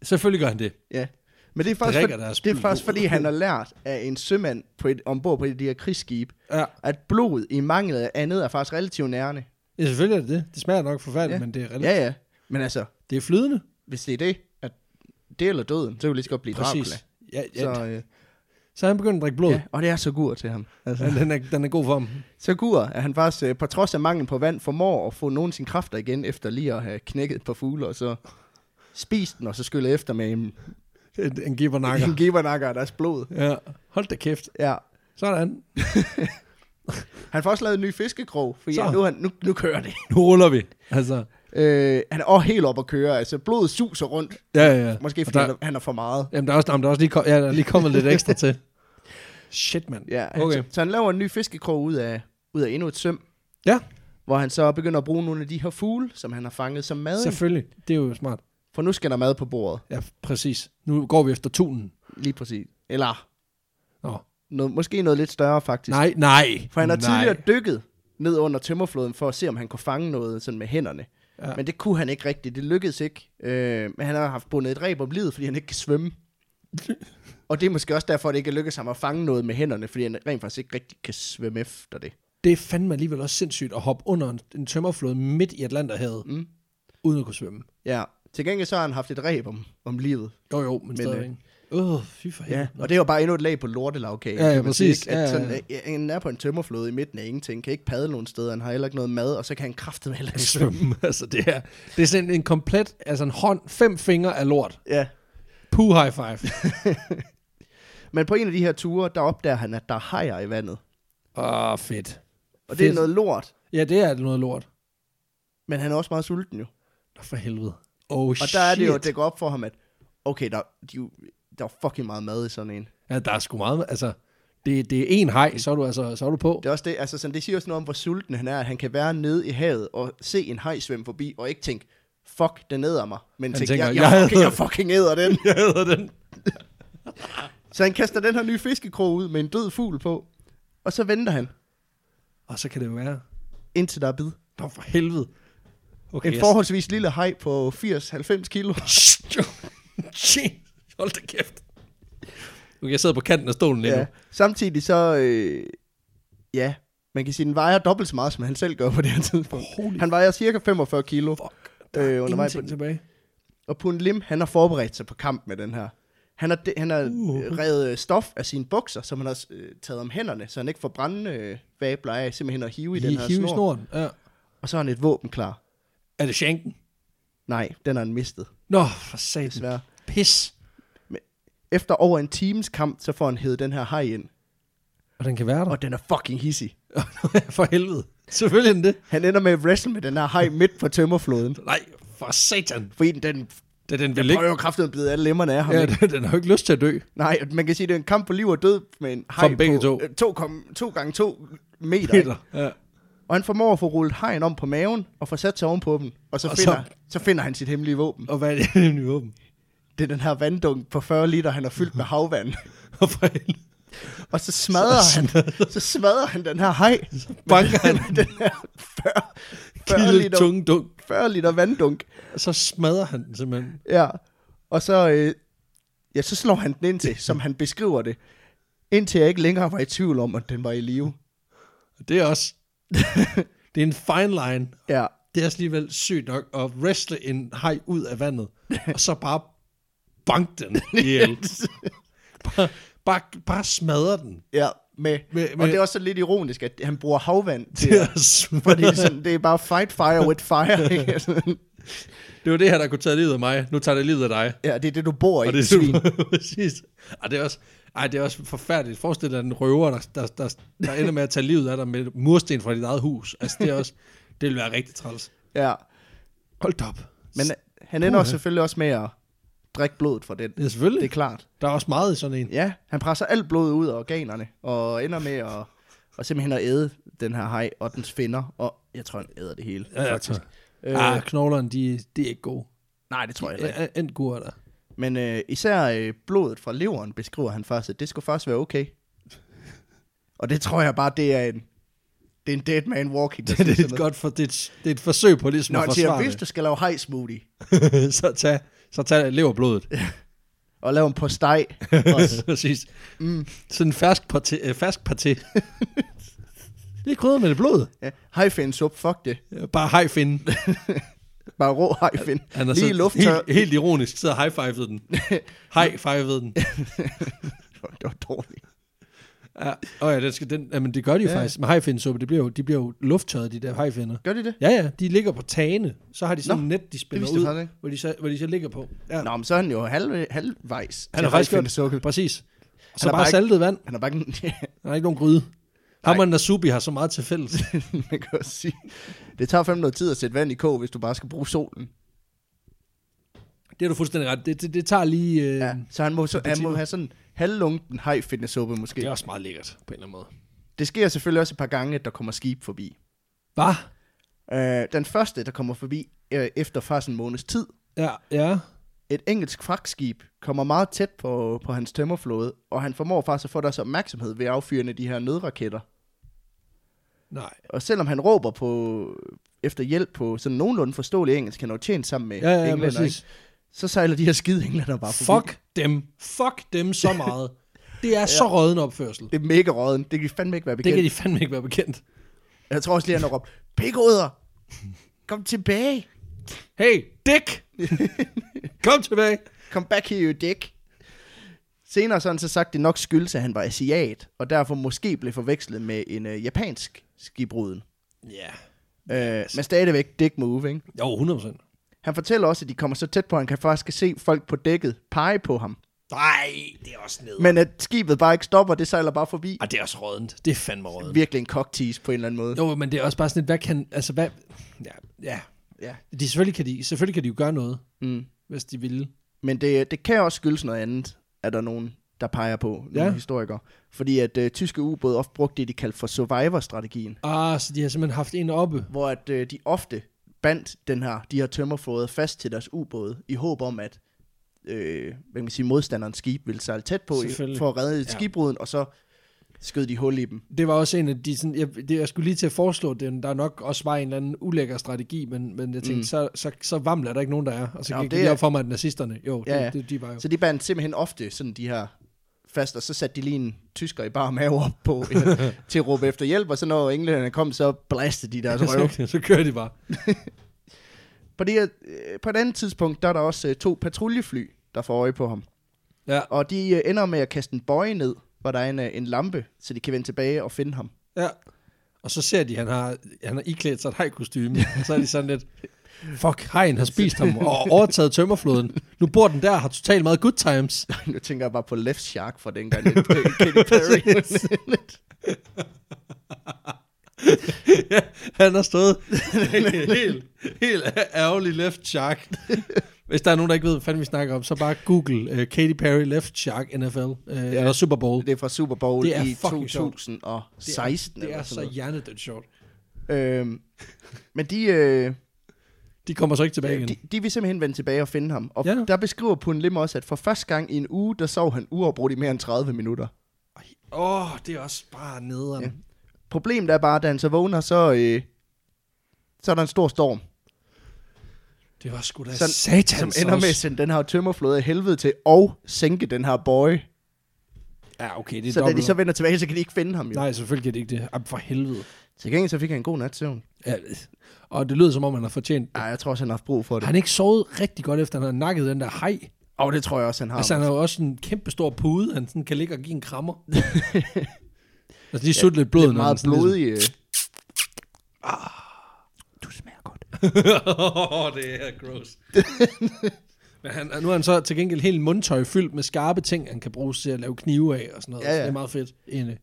Speaker 1: selvfølgelig gør han det.
Speaker 2: Ja. Men det er faktisk,
Speaker 1: Drikker
Speaker 2: for,
Speaker 1: deres
Speaker 2: det er
Speaker 1: blod.
Speaker 2: faktisk fordi, han har lært af en sømand på et, ombord på et af de her krigsskib,
Speaker 1: Ja,
Speaker 2: at blod i mangel af andet er faktisk relativt nærende.
Speaker 1: ja selvfølgelig er det det. Det smager nok forfærdeligt, ja. men det er, relativt.
Speaker 2: Ja, ja. Men altså,
Speaker 1: det er flydende.
Speaker 2: hvis det er det, at det eller døden, så vil lige så godt blive
Speaker 1: Præcis.
Speaker 2: Dracula.
Speaker 1: Ja, ja. Så,
Speaker 2: Så, øh,
Speaker 1: så er han begyndt at drikke blod.
Speaker 2: ja, og det er så gur til ham. Altså.
Speaker 1: Ja. Den, er, den er god for ham.
Speaker 2: Så gur, at han faktisk, øh, på trods af mangel på vand, formår at få nogle af sine kræfter igen, efter lige at have knækket på fugle, og så spist den, og så skylle efter med en,
Speaker 1: En, en givernakker.
Speaker 2: en givernakker af deres blod.
Speaker 1: Ja. Hold da kæft.
Speaker 2: Ja.
Speaker 1: Sådan.
Speaker 2: Han får også lavet en ny fiskekrog, for
Speaker 1: Så.
Speaker 2: ja, nu, er han, nu, nu kører det.
Speaker 1: Nu ruller vi. Altså,
Speaker 2: Øh, han er også helt op at køre, altså blodet suser rundt.
Speaker 1: ja, ja, ja.
Speaker 2: Måske
Speaker 1: Og
Speaker 2: fordi
Speaker 1: der,
Speaker 2: der... han er for meget.
Speaker 1: jamen, der er også, jamen, der er også lige, kom, ja, der er lige kommet lidt ekstra
Speaker 2: [LAUGHS]
Speaker 1: til. Shit, mand.
Speaker 2: Ja, altså.
Speaker 1: Okay.
Speaker 2: okay. så, så han laver en ny fiskekrog ud af, ud af endnu et søm,
Speaker 1: Ja,
Speaker 2: hvor han så begynder at bruge nogle af de her fugle, som han har fanget som mad. Så...
Speaker 1: selvfølgelig. Det er jo smart.
Speaker 2: For nu skal der mad på bordet,
Speaker 1: Ja, præcis. Nu går vi efter tunen.
Speaker 2: lige præcis. Eller
Speaker 1: Nå.
Speaker 2: noget, måske noget lidt større faktisk.
Speaker 1: Nej, nej.
Speaker 2: For han har
Speaker 1: nej.
Speaker 2: tidligere dykket ned under tømmerfloden for at se, om han kunne fange noget sådan med hænderne.
Speaker 1: Ja.
Speaker 2: Ja. Men det kunne han ikke rigtigt. Det lykkedes ikke. Øh, men han har haft bundet et reb om livet, fordi han ikke kan
Speaker 1: [LAUGHS]
Speaker 2: svømme. Og det er måske også derfor, at det ikke er lykkedes ham at fange noget med hænderne, fordi han rent faktisk ikke rigtig kan svømme efter det.
Speaker 1: Det fandt man alligevel også sindssygt at hoppe under en, en tømmerflåde midt i Atlanterhavet, mm.
Speaker 2: Mm.
Speaker 1: uden at kunne svømme.
Speaker 2: Ja. Til gengæld så har han haft et reb om, om livet.
Speaker 1: Jo, jo, men, men stadigvæk. Åh, øh, fy for helvede.
Speaker 2: Og det var bare endnu et lag på lortelavkage.
Speaker 1: Ja, ja,
Speaker 2: kan man sige,
Speaker 1: præcis.
Speaker 2: ikke? At
Speaker 1: Ja, ja,
Speaker 2: sådan, ja, ja. Han er på en tømmerflåde i midten af ingenting, kan ikke padle nogen steder, han har heller ikke noget mad, og så kan han kraftedeme heller
Speaker 1: [LAUGHS]
Speaker 2: ikke svømme.
Speaker 1: svømme. altså, det er, det er sådan en komplet, altså en hånd, fem fingre af lort.
Speaker 2: Ja.
Speaker 1: Puh, high five.
Speaker 2: [LAUGHS] Men på en af de her ture, der opdager han, at der er hajer i vandet.
Speaker 1: Åh, oh, fedt.
Speaker 2: Og det er
Speaker 1: Fedt.
Speaker 2: noget lort,
Speaker 1: Ja, det er noget lort.
Speaker 2: men han er også meget sulten jo.
Speaker 1: Nå, for helvede. Oh,
Speaker 2: Og der er det jo, det går op for ham, at okay, der, de, er jo- der er fucking meget mad i sådan en.
Speaker 1: Ja, der er sgu meget, altså... Det, det er en hej, så er du, altså, så er du på. [LAUGHS]
Speaker 2: Det, er også det, altså, sådan, det siger også noget om, hvor sulten han er, at han kan være nede i havet og se en haj svømme forbi, og ikke tænke, fuck, den æder mig. Men
Speaker 1: Han
Speaker 2: tænke,
Speaker 1: tænker,
Speaker 2: jeg,
Speaker 1: jeg
Speaker 2: jeg, jeg, fucking,
Speaker 1: æder
Speaker 2: jeg fucking æder den. [LAUGHS]
Speaker 1: Jeg hedder den.
Speaker 2: Så han kaster den her nye fiskekrog ud med en død fugl på, og så venter han,
Speaker 1: Og så kan det jo være.
Speaker 2: indtil der er bid.
Speaker 1: Nå, for helvede. Okay,
Speaker 2: En forholdsvis lille haj på 80-90 kilo.
Speaker 1: Shit, hold da kæft. Okay, jeg sidder på kanten af stolen lige ja.
Speaker 2: Ja.
Speaker 1: nu.
Speaker 2: Samtidig så, øh, ja, man kan sige, den vejer dobbelt så meget, som han selv gør på det her tidspunkt.
Speaker 1: Holy
Speaker 2: Han vejer cirka 45 kilo.
Speaker 1: fuck.
Speaker 2: Øh, undervejs på
Speaker 1: Ingenting tilbage.
Speaker 2: Og Pun Lim, han har forberedt sig på kamp med den her. Han har, de, han har
Speaker 1: Uh.
Speaker 2: uh. revet øh, stof af sine bukser, som han har øh, taget om hænderne, så han ikke får brændvabler øh, af, simpelthen at hive i den her
Speaker 1: Hiv
Speaker 2: snor.
Speaker 1: i snoren. Ja.
Speaker 2: Og så har han et våben klar.
Speaker 1: Er det shanken?
Speaker 2: Nej, den har han mistet,
Speaker 1: Nå, for satan.
Speaker 2: desværre.
Speaker 1: Pis.
Speaker 2: Efter over en times kamp, så får han hævet den her hej ind.
Speaker 1: Og [LAUGHS] den kan være der.
Speaker 2: Og den er fucking hissig.
Speaker 1: for helvede. Selvfølgelig er den det.
Speaker 2: Han ender med at wrestle med den her hej midt på tømmerfloden.
Speaker 1: Nej, for satan.
Speaker 2: Fordi den
Speaker 1: Da den vil
Speaker 2: jeg prøver
Speaker 1: ikke...
Speaker 2: jo kraftigt at bide alle lemmerne af ham.
Speaker 1: Ja,
Speaker 2: ikke?
Speaker 1: [LAUGHS] den, den har jo ikke lyst til at dø.
Speaker 2: Nej, og man kan sige, at det er en kamp på liv og død med en hej
Speaker 1: Fra begge
Speaker 2: på
Speaker 1: to.
Speaker 2: øh, to, kom, to gange to meter. ikke?
Speaker 1: Peter. Ja.
Speaker 2: Og han formår at få rullet hegn om på maven og får sat sig ovenpå dem. Og så,
Speaker 1: Og
Speaker 2: finder,
Speaker 1: så-
Speaker 2: så... så finder han sit hemmelige våben.
Speaker 1: Og hvad er det [LAUGHS] nemlig åben?
Speaker 2: Det er den her vanddunk på 40 liter, han har fyldt med
Speaker 1: [LAUGHS]
Speaker 2: havvand.
Speaker 1: Og for helvede.
Speaker 2: Og så smadrer,
Speaker 1: Så
Speaker 2: så han, så smadrer han den her hej
Speaker 1: Banker han
Speaker 2: med [LAUGHS] den her 40, 40,
Speaker 1: kilde
Speaker 2: liter,
Speaker 1: tunge dunk.
Speaker 2: 40 liter vanddunk.
Speaker 1: Og så smadrer han den simpelthen.
Speaker 2: Ja. Og så, øh, ja, så slår han den ind til, som han beskriver det. Indtil jeg ikke længere var i tvivl om, at den var i live.
Speaker 1: Og det er [LAUGHS] også... det er en fine line.
Speaker 2: Ja.
Speaker 1: Det er også alligevel sygt nok at wrestle en haj ud af [LAUGHS] vandet. Og så bare bank den ihjel. [LAUGHS] bare, bare, bare smadre den.
Speaker 2: Ja, med,
Speaker 1: Med-
Speaker 2: med,
Speaker 1: med-
Speaker 2: og det er også lidt ironisk, at han bruger havvand til
Speaker 1: Det,
Speaker 2: at
Speaker 1: er smadre.
Speaker 2: Fordi det er,
Speaker 1: [LAUGHS]
Speaker 2: sådan, det er bare fight fire with fire. Ikke? Altså, Sådan,
Speaker 1: det var det her, der kunne tage livet af mig. Nu tager det livet af dig.
Speaker 2: ja, det er det, du bor i,
Speaker 1: Og
Speaker 2: det
Speaker 1: det er
Speaker 2: er
Speaker 1: [LAUGHS]
Speaker 2: svin.
Speaker 1: super, præcis. Ej, det er også, ej, det er også forfærdeligt. Forestil dig en røver, der, der, der, der ender med at tage livet af dig med mursten fra dit eget hus. Altså, det er også, det vil være rigtig træls.
Speaker 2: Ja.
Speaker 1: Hold da op.
Speaker 2: Men øh, han ender også selvfølgelig også med at drikke blodet fra den.
Speaker 1: Ja,
Speaker 2: Det
Speaker 1: selvfølgelig.
Speaker 2: er klart.
Speaker 1: Der er også meget i sådan en.
Speaker 2: Ja, han presser alt blodet ud af organerne, og ender med at, og simpelthen at æde den her hej og dens finder. Og jeg tror, han æder det hele,
Speaker 1: Ja, ja,
Speaker 2: faktisk.
Speaker 1: tak.
Speaker 2: Øh,
Speaker 1: Ah, knoglerne, de, de er ikke gode.
Speaker 2: nej, det tror jeg heller ikke.
Speaker 1: Ja, End gode er [LAUGHS] der.
Speaker 2: Men øh, især øh, blodet fra leveren beskriver han faktisk, at det skulle faktisk være okay. Og det tror jeg bare, det er en, det er en dead man walking. der
Speaker 1: [LAUGHS] Det,
Speaker 2: siger
Speaker 1: det,
Speaker 2: sådan
Speaker 1: er et
Speaker 2: noget.
Speaker 1: godt for, det, er et- det er et forsøg på ligesom
Speaker 2: Nå,
Speaker 1: at
Speaker 2: han siger,
Speaker 1: forsvare
Speaker 2: hvis du skal lave hej smoothie,
Speaker 1: det. [LAUGHS] så tag, så tag leverblodet.
Speaker 2: og lave en postej. også.
Speaker 1: [LAUGHS] Præcis. Mm. Sådan en fersk parti. Øh, fersk
Speaker 2: [LAUGHS]
Speaker 1: parti. det er krydret med det blod.
Speaker 2: ja. Hajfin sup, fuck det.
Speaker 1: Bare hej finde.
Speaker 2: Bare rå hajfin.
Speaker 1: Han er
Speaker 2: Lige i
Speaker 1: så
Speaker 2: lufttør.
Speaker 1: Helt, helt ironisk sidder high fived den. high fived den.
Speaker 2: [LAUGHS] det var dårligt.
Speaker 1: Ja, og ja, den skal, den, jamen, det gør de jo ja.
Speaker 2: Ja.
Speaker 1: faktisk med high suppe. Det bliver jo, de bliver jo lufttørret, de der high finner.
Speaker 2: Gør de det?
Speaker 1: Ja, ja, de ligger på tagene. Så har de sådan
Speaker 2: Nå,
Speaker 1: et net, de spænder
Speaker 2: vidste jeg faktisk
Speaker 1: ud,
Speaker 2: ikke.
Speaker 1: hvor de, så, hvor de så ligger på. Ja.
Speaker 2: Ja. Nå, men så er han jo halv, halvvejs.
Speaker 1: han har faktisk gjort
Speaker 2: sukkel.
Speaker 1: Præcis. Så bare
Speaker 2: har bare ikke-
Speaker 1: saltet vand.
Speaker 2: Han er bare ikke... [LAUGHS]
Speaker 1: Der er ikke nogen gryde. Ham og Nasubi har så meget til fælles.
Speaker 2: man kan også sige. Det tager fandme noget tid at sætte vand i kog, hvis du bare skal bruge solen.
Speaker 1: Det er du fuldstændig ret. Det, det, det tager lige... Øh, ja.
Speaker 2: Ja. Mm. Så han må, så, han må
Speaker 1: timer.
Speaker 2: have sådan halvlunken hej suppe måske.
Speaker 1: Det er
Speaker 2: Ja.
Speaker 1: også meget lækkert, på en eller anden måde.
Speaker 2: Det sker selvfølgelig også et par gange, at der kommer skib forbi.
Speaker 1: Hvad?
Speaker 2: Øh, den første, der kommer forbi øh, efter faktisk en måneds tid,
Speaker 1: Ja, ja.
Speaker 2: Et engelsk fragtskib kommer meget tæt på, på hans tømmerflåde, og han formår faktisk at få deres opmærksomhed ved affyringen af de her nødraketter.
Speaker 1: Nej.
Speaker 2: Og selvom han råber på, efter hjælp på sådan nogenlunde forståelig engelsk, han har jo tjent sammen med
Speaker 1: Ja, ja,
Speaker 2: englænder,
Speaker 1: præcis.
Speaker 2: ikke? så sejler de her skide englænder bare forbi.
Speaker 1: Fuck dem. Fuck dem så meget. Det er
Speaker 2: [LAUGHS]
Speaker 1: så råden opførsel.
Speaker 2: Det er mega råden. Det kan de fandme ikke være
Speaker 1: Det
Speaker 2: bekendt.
Speaker 1: kan de fandme ikke være bekendt.
Speaker 2: Jeg tror også lige, han har råbt, pikhoveder, kom tilbage,
Speaker 1: Hey,
Speaker 2: [LAUGHS]
Speaker 1: Dick! Kom tilbage!
Speaker 2: kom back here, you dick. Senere så har han så sagt, det nok skyldes, at han var asiat, og derfor måske blev forvekslet med en øh, japansk skibruden.
Speaker 1: Ja.
Speaker 2: Øh, men stadigvæk dick move, ikke?
Speaker 1: Jo, 100%.
Speaker 2: Han fortæller også, at de kommer så tæt på, at han kan faktisk kan se folk på dækket pege på ham.
Speaker 1: Nej, det er også ned.
Speaker 2: Men at skibet bare ikke stopper, det sejler bare forbi.
Speaker 1: Ah, det er også rådent. Det er fandme rådent.
Speaker 2: Virkelig en cocktease på en eller anden måde.
Speaker 1: Jo, men det er også bare sådan et, hvad kan, altså hvad, ja, ja.
Speaker 2: Ja.
Speaker 1: De, selvfølgelig, kan de, selvfølgelig kan de jo gøre noget,
Speaker 2: Mm.
Speaker 1: hvis de vil.
Speaker 2: Men det, det kan også skyldes noget andet, at der er nogen, der peger på, nogle
Speaker 1: Ja.
Speaker 2: historikere. Fordi at øh, tyske ubåde ofte brugte det, de kaldte for survivor-strategien.
Speaker 1: Ah, så de har simpelthen haft en oppe.
Speaker 2: Hvor at øh, de ofte bandt den her, de her tømmerflåder fast til deres ubåde, i håb om, at øh, hvad kan man sige, modstanderens skib ville sejle tæt på, i-
Speaker 1: Selvfølgelig.
Speaker 2: for at redde
Speaker 1: Ja.
Speaker 2: skibbruden, og så skød de hul i dem.
Speaker 1: Det var også en af de, sådan, jeg, det, jeg skulle lige til at foreslå det, der nok også var en eller anden ulækker strategi, men, men jeg tænkte,
Speaker 2: Mm.
Speaker 1: mm. så, så, så varmt er der ikke nogen, der er. Og så
Speaker 2: Nå,
Speaker 1: gik
Speaker 2: det
Speaker 1: det lige
Speaker 2: er-
Speaker 1: op for mig, at nazisterne, jo,
Speaker 2: Ja, ja.
Speaker 1: ja, det, de var jo.
Speaker 2: Så de bandt simpelthen ofte sådan de her fast, og så satte de lige en tysker i bare mave op på, [LAUGHS] ja, til at råbe efter hjælp, og så når englænderne kom, så blæste de
Speaker 1: [LAUGHS]
Speaker 2: deres røv.
Speaker 1: så, så kører de bare.
Speaker 2: På, det, her- øh, på et andet tidspunkt, der er der også øh, to patruljefly, der får øje på ham.
Speaker 1: Ja,
Speaker 2: Og de øh, ender med at kaste en bøje ned, hvor der er en, øh, en lampe, så de kan vende tilbage og finde ham. [LAUGHS]
Speaker 1: ja. Og så ser de, at han har, han har iklædt sig et hajkostyme. Og så er de sådan lidt, [LAUGHS] fuck, hajen har spist ham [LAUGHS] og overtaget tømmerfloden. Nu bor den der og har totalt meget good [LAUGHS] times.
Speaker 2: nu tænker jeg bare på Left Shark fra
Speaker 1: [LAUGHS]
Speaker 2: dengang. Det er Katy Perry.
Speaker 1: Han har [LAUGHS] stået helt, helt ærgerlig left shark. Hvis der er nogen, der ikke ved, hvad fanden vi snakker om, så bare google uh, Katy Perry left shark NFL, uh, ja. eller Super Bowl.
Speaker 2: [LAUGHS] det er fra Super Bowl
Speaker 1: Det er
Speaker 2: i
Speaker 1: fucking sjovt.
Speaker 2: 2016.
Speaker 1: det
Speaker 2: eller
Speaker 1: er
Speaker 2: sådan
Speaker 1: så hjernedødt sjovt.
Speaker 2: noget. Øhm, men de, øh,
Speaker 1: De kommer så ikke tilbage igen.
Speaker 2: de, de vil simpelthen vende tilbage og finde ham. Og ja.
Speaker 1: Ja.
Speaker 2: der beskriver Pun Lim også, at for første gang i en uge, der sov han uafbrudt i mere end 30 minutter.
Speaker 1: Åh, oh, det er også bare nederen.
Speaker 2: Ja.
Speaker 1: Ja.
Speaker 2: Problemet er bare, at da han så vågner, så, øh, så er der en stor storm,
Speaker 1: Det var sgu da
Speaker 2: Sådan-
Speaker 1: satans
Speaker 2: som ender med at
Speaker 1: også.
Speaker 2: sende den her tømmerflåde i helvede til, og sænke den her bøje.
Speaker 1: Ja, okay, det er
Speaker 2: Så da de
Speaker 1: dobbelt.
Speaker 2: så vender tilbage, så kan de ikke finde ham. Jo.
Speaker 1: Nej, selvfølgelig kan det ikke det. Jamen, for helvede.
Speaker 2: Til gengæld så fik han en god nats søvn.
Speaker 1: Ja. Og det lyder, som om han har fortjent.
Speaker 2: Ej, jeg tror også, han har haft brug for
Speaker 1: Har
Speaker 2: det.
Speaker 1: han ikke sovet rigtig godt, efter han har nakket den der hej?
Speaker 2: Og oh, det tror jeg også, han har.
Speaker 1: Altså, han har jo også en kæmpe stor pude, han sådan kan ligge og give en [LAUGHS] krammer. altså, lige sutte lidt blod.
Speaker 2: det er
Speaker 1: når
Speaker 2: meget
Speaker 1: han sådan
Speaker 2: blodig. Øh.
Speaker 1: Du smager godt. [LAUGHS] oh, det er gross. [LAUGHS] Men han, nu er han så til gengæld helt mundtøj fyldt med skarpe ting, han kan bruges til at lave knive af og sådan noget.
Speaker 2: Ja,
Speaker 1: Ja, ja. Så
Speaker 2: ja.
Speaker 1: det er meget fedt. Egentlig.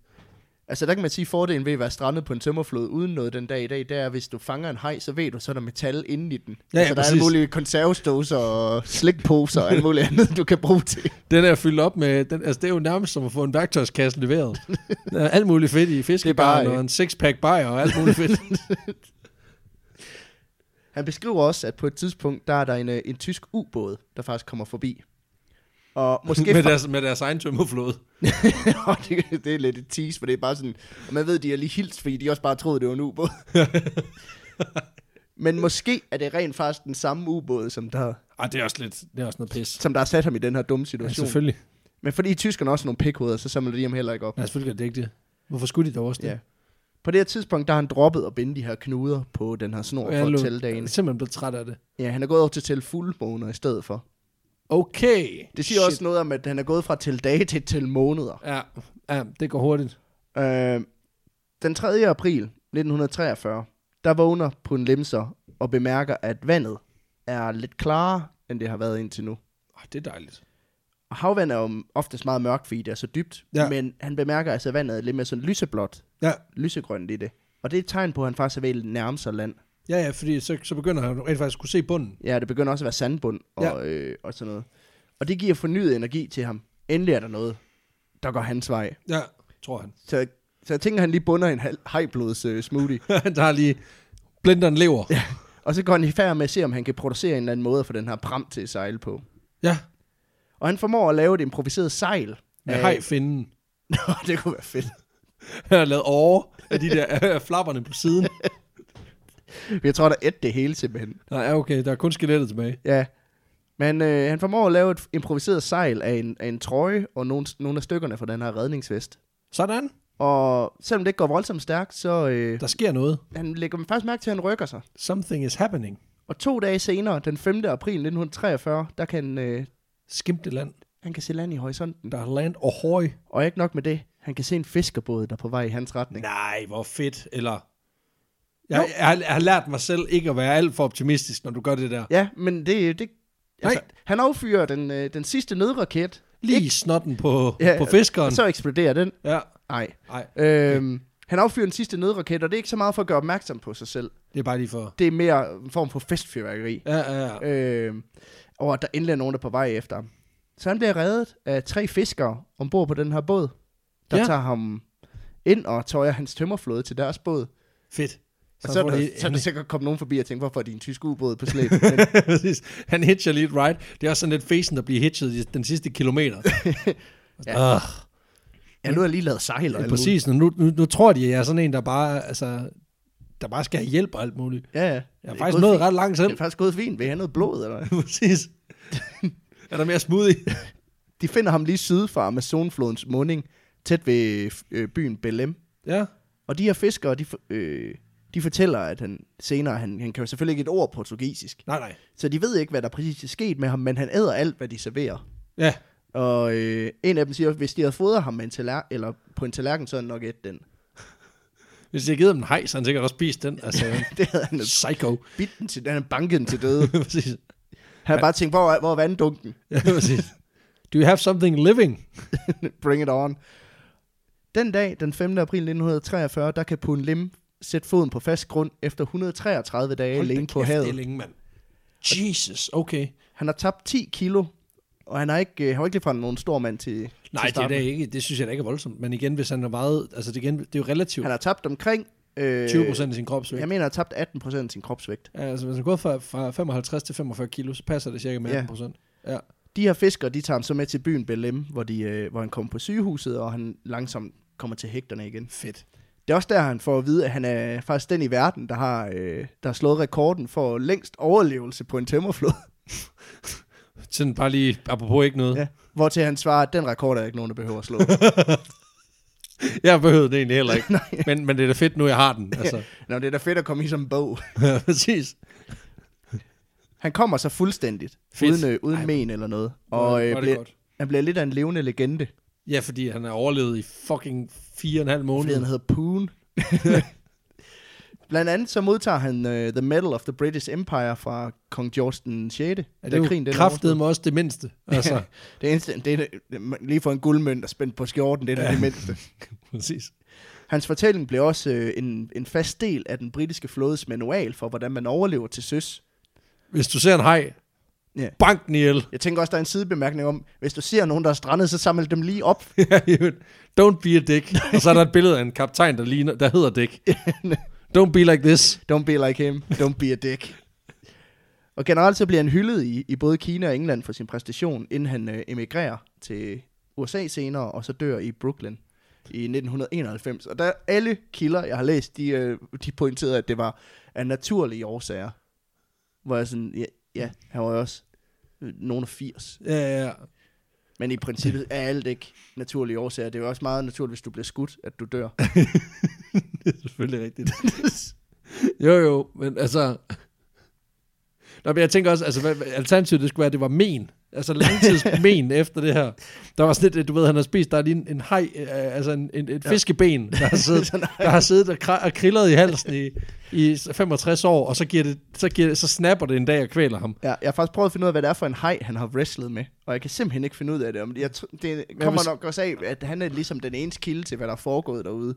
Speaker 2: Altså, der kan man sige, at fordelen ved at være strandet på en tømmerflod uden noget den dag i dag, det er, at hvis du fanger en haj, så ved du, så er der metal inde i den.
Speaker 1: ja,
Speaker 2: altså, der er alle
Speaker 1: præcis.
Speaker 2: mulige konservesdåser og slikposer og alt muligt andet, du kan bruge til.
Speaker 1: Den er fyldt op med, den, altså det er jo nærmest som at få en værktøjskasse
Speaker 2: [LAUGHS]
Speaker 1: leveret. Der er alt muligt fedt i
Speaker 2: bare,
Speaker 1: fiskebarn
Speaker 2: øh,
Speaker 1: og en sixpack bajer og alt muligt fedt.
Speaker 2: Han beskriver også, at på et tidspunkt, der er der en, øh, en tysk ubåd, der faktisk kommer forbi.
Speaker 1: [LAUGHS]
Speaker 2: Og [LAUGHS] måske
Speaker 1: med, deres, med deres egen tømmerflåde.
Speaker 2: [LAUGHS] Nå, det, det er lidt et tease, for det er bare sådan... Og man ved, de er lige hilst, fordi de også bare troede, det var en
Speaker 1: [LAUGHS]
Speaker 2: ubåd. Men måske er det rent faktisk den samme ubåd, som der,
Speaker 1: Ah, det er også lidt, det er også noget pis.
Speaker 2: som der har sat ham i den her dumme
Speaker 1: Ja,
Speaker 2: situation.
Speaker 1: selvfølgelig.
Speaker 2: Men fordi tyskerne også er nogle pikhoveder, så samler de ham heller ikke op.
Speaker 1: Ja, selvfølgelig er det ikke det. Hvorfor skulle de dog også det?
Speaker 2: Ja. På det her tidspunkt, der har han droppet at binde de her knuder på den her snor for at
Speaker 1: lå- altså-
Speaker 2: tælle dagen.
Speaker 1: er simpelthen blevet træt af det.
Speaker 2: Ja, han er gået over til at tælle fuldmåneder i stedet for.
Speaker 1: Okay.
Speaker 2: Det siger Shit. også noget om, at han er gået fra at tælle dage til at tælle måneder.
Speaker 1: Ja, ja det går hurtigt.
Speaker 2: Øh, den 3. april 1943, der vågner på en limser og bemærker, at vandet er lidt klarere, end det har været indtil nu.
Speaker 1: Oh, det er dejligt.
Speaker 2: Og havvand er jo oftest meget mørkt, fordi det er så dybt. Ja.
Speaker 1: Ja.
Speaker 2: Men han bemærker altså, at vandet er lidt mere sådan lyseblåt,
Speaker 1: Ja,
Speaker 2: lysegrønt i det. Og det er et tegn på, at han faktisk er ved at nærme sig land.
Speaker 1: ja, ja fordi så, så begynder han rent faktisk at kunne se bunden.
Speaker 2: Ja, det begynder også at være sandbund og, ja.
Speaker 1: Ja.
Speaker 2: øh, og sådan noget. Og det giver fornyet energi til ham. Endelig er der noget, der går hans vej.
Speaker 1: Ja, tror [LAUGHS] han.
Speaker 2: Så, så jeg tænker, at han lige bunder en hal- hajblods øh, smoothie.
Speaker 1: han tager lige blenderen lever. Ja.
Speaker 2: Og så går han i færd med at se, om han kan producere en eller anden måde at få den her pram til at sejle på.
Speaker 1: ja
Speaker 2: Og han formår at lave et improviseret sejl.
Speaker 1: med
Speaker 2: af-
Speaker 1: hajfinden.
Speaker 2: [LAUGHS] Nå, det kunne være fedt.
Speaker 1: Han har [LAUGHS] lavet over af de der af flapperne på siden.
Speaker 2: Jeg tror, der er et det hele simpelthen.
Speaker 1: Nej, ja, okay, der er kun skelettet tilbage.
Speaker 2: Ja. Men øh, han formår at lave et improviseret sejl af en, af en trøje og nogle, nogle af stykkerne fra den her redningsvest.
Speaker 1: Sådan.
Speaker 2: Og selvom det ikke går voldsomt stærkt, så øh,
Speaker 1: Der sker noget.
Speaker 2: han lægger faktisk mærke til, at han rykker sig.
Speaker 1: Something is happening.
Speaker 2: Og to dage senere, den 5. april 1943, der kan øh,
Speaker 1: Skimte land.
Speaker 2: han kan se land i horisonten.
Speaker 1: Der er land og høj.
Speaker 2: Og ikke nok med det, han kan se en fiskerbåd, der er på vej i hans retning.
Speaker 1: Nej, hvor fedt. Eller... Jeg, jeg, har- jeg har lært mig selv ikke at være alt for optimistisk, når du gør det der.
Speaker 2: Ja, men det... det altså,
Speaker 1: Nej.
Speaker 2: han affyrer den, øh, den sidste nødraket,
Speaker 1: Lige ikke. snotten på,
Speaker 2: Ja,
Speaker 1: ja, på fiskeren.
Speaker 2: og så eksploderer den.
Speaker 1: Ja,
Speaker 2: Nej.
Speaker 1: nej,
Speaker 2: Øhm, han affyrer den sidste nødraket, og det er ikke så meget for at gøre opmærksom på sig selv.
Speaker 1: det er bare lige for...
Speaker 2: Det er mere en form for festfyrværkeri.
Speaker 1: Ja, ja, ja.
Speaker 2: Øhm, og at der endelig er nogen, der er på vej efter ham. Så han bliver reddet af tre fiskere ombord på den her båd, der ja.
Speaker 1: Ja.
Speaker 2: tager ham ind og tøjer hans tømmerflåde til deres båd.
Speaker 1: Fedt.
Speaker 2: Og så, er
Speaker 1: får
Speaker 2: der,
Speaker 1: de-
Speaker 2: så er der sikkert kommet nogen forbi og tænker, hvorfor er din tyske ubåd på slæb? [LAUGHS]
Speaker 1: Præcis. [LAUGHS] han hitcher lige et
Speaker 2: [LAUGHS]
Speaker 1: ride. Det er også sådan lidt fesen, der bliver hitchet i den sidste kilometer. ja.
Speaker 2: Ja, nu har jeg lige lavet sejl og
Speaker 1: Ja,
Speaker 2: alt
Speaker 1: præcis. Nu, nu, nu tror de, at jeg er sådan en, der bare, altså, der bare skal have hjælp og alt muligt.
Speaker 2: muligt. Ja, ja.
Speaker 1: Jeg
Speaker 2: Det
Speaker 1: har
Speaker 2: er
Speaker 1: faktisk
Speaker 2: gået
Speaker 1: nået
Speaker 2: fint.
Speaker 1: ret langt
Speaker 2: Det er
Speaker 1: selv.
Speaker 2: faktisk gået fint. Vil I have noget blod, eller
Speaker 1: [LAUGHS]
Speaker 2: hvad?
Speaker 1: præcis. er der mere smoothie?
Speaker 2: De finder ham lige syd for Amazonflodens munding, tæt ved øh, byen Belém.
Speaker 1: [LAUGHS] ja.
Speaker 2: Og de her fiskere, de, for- øh, de fortæller, at han senere, han, han kan jo selvfølgelig ikke et ord portugisisk,
Speaker 1: Nej, nej.
Speaker 2: så de ved ikke, hvad der præcis er sket med ham, men han æder alt, hvad de serverer.
Speaker 1: Ja.
Speaker 2: Og øh, en af dem siger, at hvis de havde fodret ham med en tallerken, eller på en tallerken, så havde han nok et den. [LAUGHS]
Speaker 1: Hvis jeg givet dem en hej, så har han sikkert også spist den. Altså,
Speaker 2: Det havde han
Speaker 1: [LAUGHS] psycho.
Speaker 2: bidt den til, han havde banket den til døde.
Speaker 1: [LAUGHS] præcis.
Speaker 2: Han havde bare tænkt, hvor, er- hvor er vanddunken?
Speaker 1: Ja, præcis. Do you have something living?
Speaker 2: [LAUGHS] Bring it on. Den dag, den 5. april 1943, der kan Pun Lim sætte foden på fast grund efter 133 dage
Speaker 1: Hold da
Speaker 2: alene på
Speaker 1: kæft,
Speaker 2: havet.
Speaker 1: Det er længe, mand. Jesus, okay.
Speaker 2: Han har tabt 10 kilo, og han har ikke, øh, han var ikke ligefrem nogen stor mand til
Speaker 1: Nej,
Speaker 2: til
Speaker 1: det, er
Speaker 2: starten.
Speaker 1: da ikke, det synes jeg da ikke er voldsomt. Men igen, hvis han er meget... Altså, det, igen, det er jo relativt.
Speaker 2: Han har tabt omkring... Øh,
Speaker 1: 20 procent af sin kropsvægt.
Speaker 2: Jeg mener, han har tabt 18 procent af sin kropsvægt.
Speaker 1: Ja, altså, hvis han er gået fra, fra 55 til 45 kilo, så passer det cirka med
Speaker 2: Ja.
Speaker 1: 18 procent. Ja.
Speaker 2: De her fiskere, de tager ham så med til byen Belém, hvor, de, øh, hvor han kommer på sygehuset, og han langsomt kommer til hægterne igen.
Speaker 1: Fedt.
Speaker 2: Det er også der, han får at vide, at han er faktisk den i verden, der har, øh, der har slået rekorden for længst overlevelse på en tømmerflod.
Speaker 1: Sådan bare lige, apropos ikke noget. [LAUGHS] Ja.
Speaker 2: ja. Hvor til han svarer, at den rekord er der ikke nogen, der behøver at
Speaker 1: [LAUGHS]
Speaker 2: slå.
Speaker 1: Jeg behøvede den egentlig heller [LAUGHS] ikke. men, men det er da fedt nu, jeg har den. Altså.
Speaker 2: Nå, det er da fedt at komme i som en bog.
Speaker 1: Ja, [LAUGHS] præcis.
Speaker 2: Han kommer så fuldstændigt,
Speaker 1: Fedt.
Speaker 2: uden, øh, uden
Speaker 1: Ej,
Speaker 2: men eller noget.
Speaker 1: Hvor
Speaker 2: Og
Speaker 1: er
Speaker 2: øh,
Speaker 1: det
Speaker 2: bliver,
Speaker 1: godt.
Speaker 2: han bliver lidt af en levende legende,
Speaker 1: Ja, fordi han er overlevet i fucking fire og en halv
Speaker 2: fordi han
Speaker 1: måned.
Speaker 2: hedder Poon. [LAUGHS] Blandt andet så modtager han øh, The Medal of the British Empire fra kong George den 6.
Speaker 1: Ja, det er jo kraftede mig også det mindste. Altså, [LAUGHS]
Speaker 2: [LAUGHS] Det er, instant, det er det- lige for en guldmønt og spændt på skjorten, det er ja. det mindste.
Speaker 1: præcis.
Speaker 2: Hans fortælling blev også øh, en, en fast del af den britiske flådes manual for, hvordan man overlever til søs.
Speaker 1: Hvis du ser en hej,
Speaker 2: Ja.
Speaker 1: bank den ihjel. [LAUGHS]
Speaker 2: Jeg tænker også, der er en sidebemærkning om, hvis du ser nogen, der er strandet, så samle dem lige op.
Speaker 1: Ja, i øvrigt. Don't be a dick. Og så er der et billede af en kaptajn, der, ligner, der hedder [LAUGHS] Dick. Don't be like this.
Speaker 2: Don't be like him. Don't be a dick. Og generelt så bliver han hyldet i, i både Kina og England for sin præstation, inden han øh, emigrerer til USA senere, og så dør i Brooklyn i 1991. Og der alle kilder, jeg har læst, de, øh, de pointerede, at det var af naturlige årsager. Hvor jeg sådan, ja, ja han var jo også øh, nogen af 80.
Speaker 1: Ja, ja, ja.
Speaker 2: Men i princippet er alt ikke naturlige årsager. Det er jo også meget naturligt, hvis du bliver skudt, at du dør.
Speaker 1: Det er selvfølgelig rigtigt. [LAUGHS] jo, jo, men altså... Nå, men jeg tænker også, altså, hvad, hvad- alternativet det skulle være, at det var men. Altså [LAUGHS] langtids men efter det her. Der var sådan lidt, du ved, han har spist, der er lige en, en hej, øh, altså en, en, et fiskeben, der har [LAUGHS] siddet, der har siddet og, kra- og krilleret i halsen i, i 65 år, og så, giver det, så, giver det, så snapper det en dag og kvæler ham.
Speaker 2: Ja, jeg har faktisk prøvet at finde ud af, hvad det er for en hej, han har wrestlet med. Og jeg kan simpelthen ikke finde ud af det. Om jeg tr- det kommer
Speaker 1: hvis-
Speaker 2: nok også af, at han er ligesom den eneste kilde til, hvad der er foregået derude.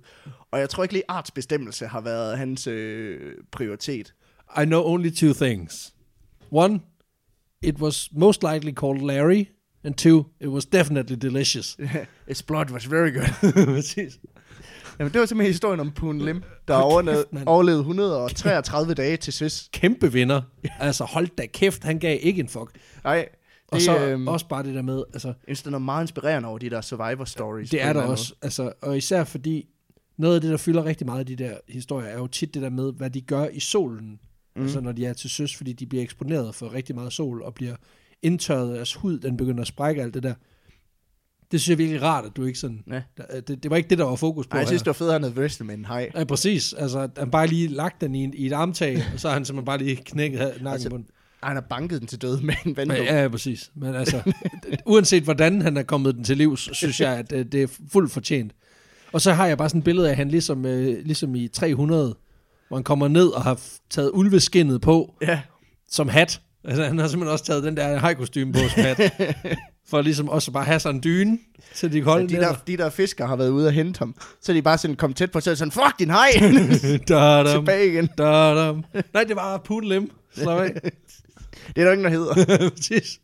Speaker 2: Og jeg tror ikke lige, artsbestemmelse har været hans øh, [LAUGHS] prioritet.
Speaker 1: I know only two things. One, it was most likely called Larry, and two, it was definitely delicious.
Speaker 2: It's blood was very good.
Speaker 1: [LAUGHS] Præcis.
Speaker 2: [LAUGHS] Jamen, det var simpelthen historien om Poon Lim, der overlevede,
Speaker 1: mand.
Speaker 2: overlevede 133 dage til søs.
Speaker 1: kæmpe vinder. Altså hold da kæft, han gav ikke en fuck.
Speaker 2: Nej,
Speaker 1: Og
Speaker 2: det,
Speaker 1: så
Speaker 2: øhm,
Speaker 1: også bare det der med, altså
Speaker 2: Jeg synes, det er noget meget inspirerende over de der survivor stories.
Speaker 1: det
Speaker 2: på
Speaker 1: er
Speaker 2: en
Speaker 1: der
Speaker 2: eller anden
Speaker 1: også. Altså, og især fordi noget af det, der fylder rigtig meget i de der historier, er jo tit det der med, hvad de gør i solen.
Speaker 2: Mhm.
Speaker 1: Mm. Altså når de er til søs, fordi de bliver eksponeret for rigtig meget sol og bliver indtørret af deres hud, den begynder at sprække og alt det der. Det synes jeg er virkelig rart, at du ikke sådan...
Speaker 2: Ja.
Speaker 1: Der- øh, Det, det var ikke det, der var fokus på
Speaker 2: Ej, jeg synes,
Speaker 1: her.
Speaker 2: det var fedt, at han havde wrestlet med en hej.
Speaker 1: Ja, præcis. Altså, at han bare lige lagt den i, en, i et armtag, og så har han simpelthen bare lige knækket nakken
Speaker 2: Altså,
Speaker 1: på den.
Speaker 2: Ej, han har banket den til døde med en vanddunk.
Speaker 1: Men, ja, ja, præcis. Men altså, uanset hvordan han er kommet den til livs, synes jeg, at øh, det er fuldt fortjent. Og så har jeg bare sådan et billede af, at han ligesom, øh, ligesom i 300, hvor han kommer ned og har f- taget ulveskinnet på
Speaker 2: ja.
Speaker 1: som hat. Altså, han har simpelthen også taget den der hajkostyme på som
Speaker 2: [LAUGHS]
Speaker 1: hat. For ligesom også bare have sådan en dyne, så de kan
Speaker 2: Ja,
Speaker 1: holde
Speaker 2: de,
Speaker 1: ja,
Speaker 2: der, de der fiskere har været ude og hente ham. Så er de bare sådan kom tæt på, så er de sådan, fuck din
Speaker 1: [LAUGHS]
Speaker 2: hej,
Speaker 1: der. Dadam,
Speaker 2: [LAUGHS] tilbage igen.
Speaker 1: dadam. Nej, det var Pudelem. Slap af.
Speaker 2: [LAUGHS] Det er der ikke, der
Speaker 1: [LAUGHS]
Speaker 2: hedder.
Speaker 1: Præcis.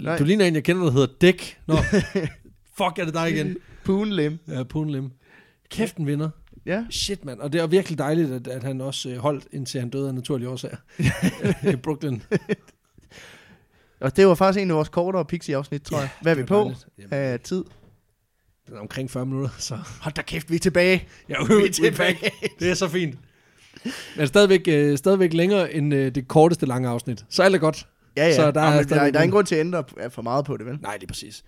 Speaker 2: Nej.
Speaker 1: Du ligner en, jeg kender, der hedder Dick.
Speaker 2: [LAUGHS]
Speaker 1: Nå, fuck er det dig igen.
Speaker 2: Poonlim.
Speaker 1: Ja, Poonlim. Kæft, en vinder.
Speaker 2: Ja.
Speaker 1: Shit, mand. Og det er virkelig dejligt, at, at han også øh, holdt, indtil han døde af naturlige årsager
Speaker 2: [LAUGHS]
Speaker 1: i Brooklyn.
Speaker 2: Og det var faktisk en af vores kortere Pixie-afsnit, tror jeg. Hvad er vi
Speaker 1: det var
Speaker 2: på
Speaker 1: dejligt. Jamen.
Speaker 2: af tid?
Speaker 1: Den er omkring 40 minutter,
Speaker 2: [LAUGHS]
Speaker 1: så
Speaker 2: Hold da kæft, vi er tilbage.
Speaker 1: ja,
Speaker 2: Vi er
Speaker 1: we're
Speaker 2: tilbage.
Speaker 1: Det er så fint. Men stadigvæk, øh, stadigvæk længere end øh, det korteste lange afsnit. Så alt er godt.
Speaker 2: Ja, ja.
Speaker 1: Så der
Speaker 2: Så
Speaker 1: er
Speaker 2: der, Jamen, der,
Speaker 1: stadig
Speaker 2: der, der er
Speaker 1: nogen-
Speaker 2: ingen grund til at ændre p- for meget på det, vel?
Speaker 1: Nej, lige præcis.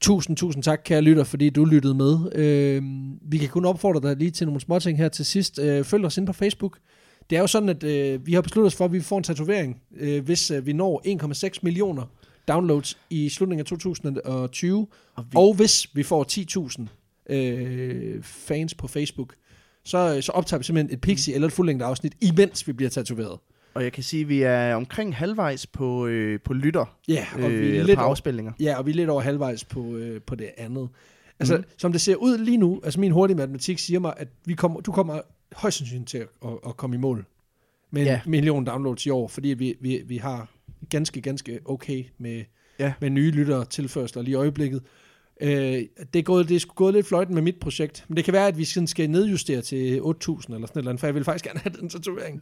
Speaker 1: Tusind, tusind tak, kære lytter, fordi du lyttede med. Øh, vi kan kun opfordre dig lige til nogle småting her til sidst. Øh, følg os ind på Facebook. Det er jo sådan, at øh, vi har besluttet os for, at vi får en tatovering, øh, hvis øh, vi når 1,6 millioner downloads i slutningen af 2020.
Speaker 2: Og vi-
Speaker 1: Vi... Og hvis vi får 10.000 øh, fans på Facebook, så, øh, så optager vi simpelthen et pixie eller et fuldlængde afsnit, imens vi bliver tatoveret.
Speaker 2: Og jeg kan sige, at vi er omkring halvvejs på, øh, på lytter.
Speaker 1: Ja, og
Speaker 2: øh,
Speaker 1: vi er
Speaker 2: eller
Speaker 1: lidt
Speaker 2: på
Speaker 1: over,
Speaker 2: afspilninger.
Speaker 1: Ja, og vi er lidt over halvvejs på, øh, på det andet. Altså,
Speaker 2: Mhm.
Speaker 1: mm. som det ser ud lige nu, altså min hurtige matematik siger mig, at vi kommer, du kommer højst sandsynligt til at, at, at komme i mål med en
Speaker 2: Ja.
Speaker 1: million downloads i år, fordi vi, vi, vi har ganske, ganske okay med,
Speaker 2: Ja.
Speaker 1: med nye lyttere tilførsler lige i øjeblikket. Øh, det, er gået, det er sgu gået lidt fløjten med mit projekt, men det kan være, at vi sådan skal nedjustere til 8.000 eller sådan et eller andet, for jeg vil faktisk gerne have den
Speaker 2: [LAUGHS]
Speaker 1: tatovering.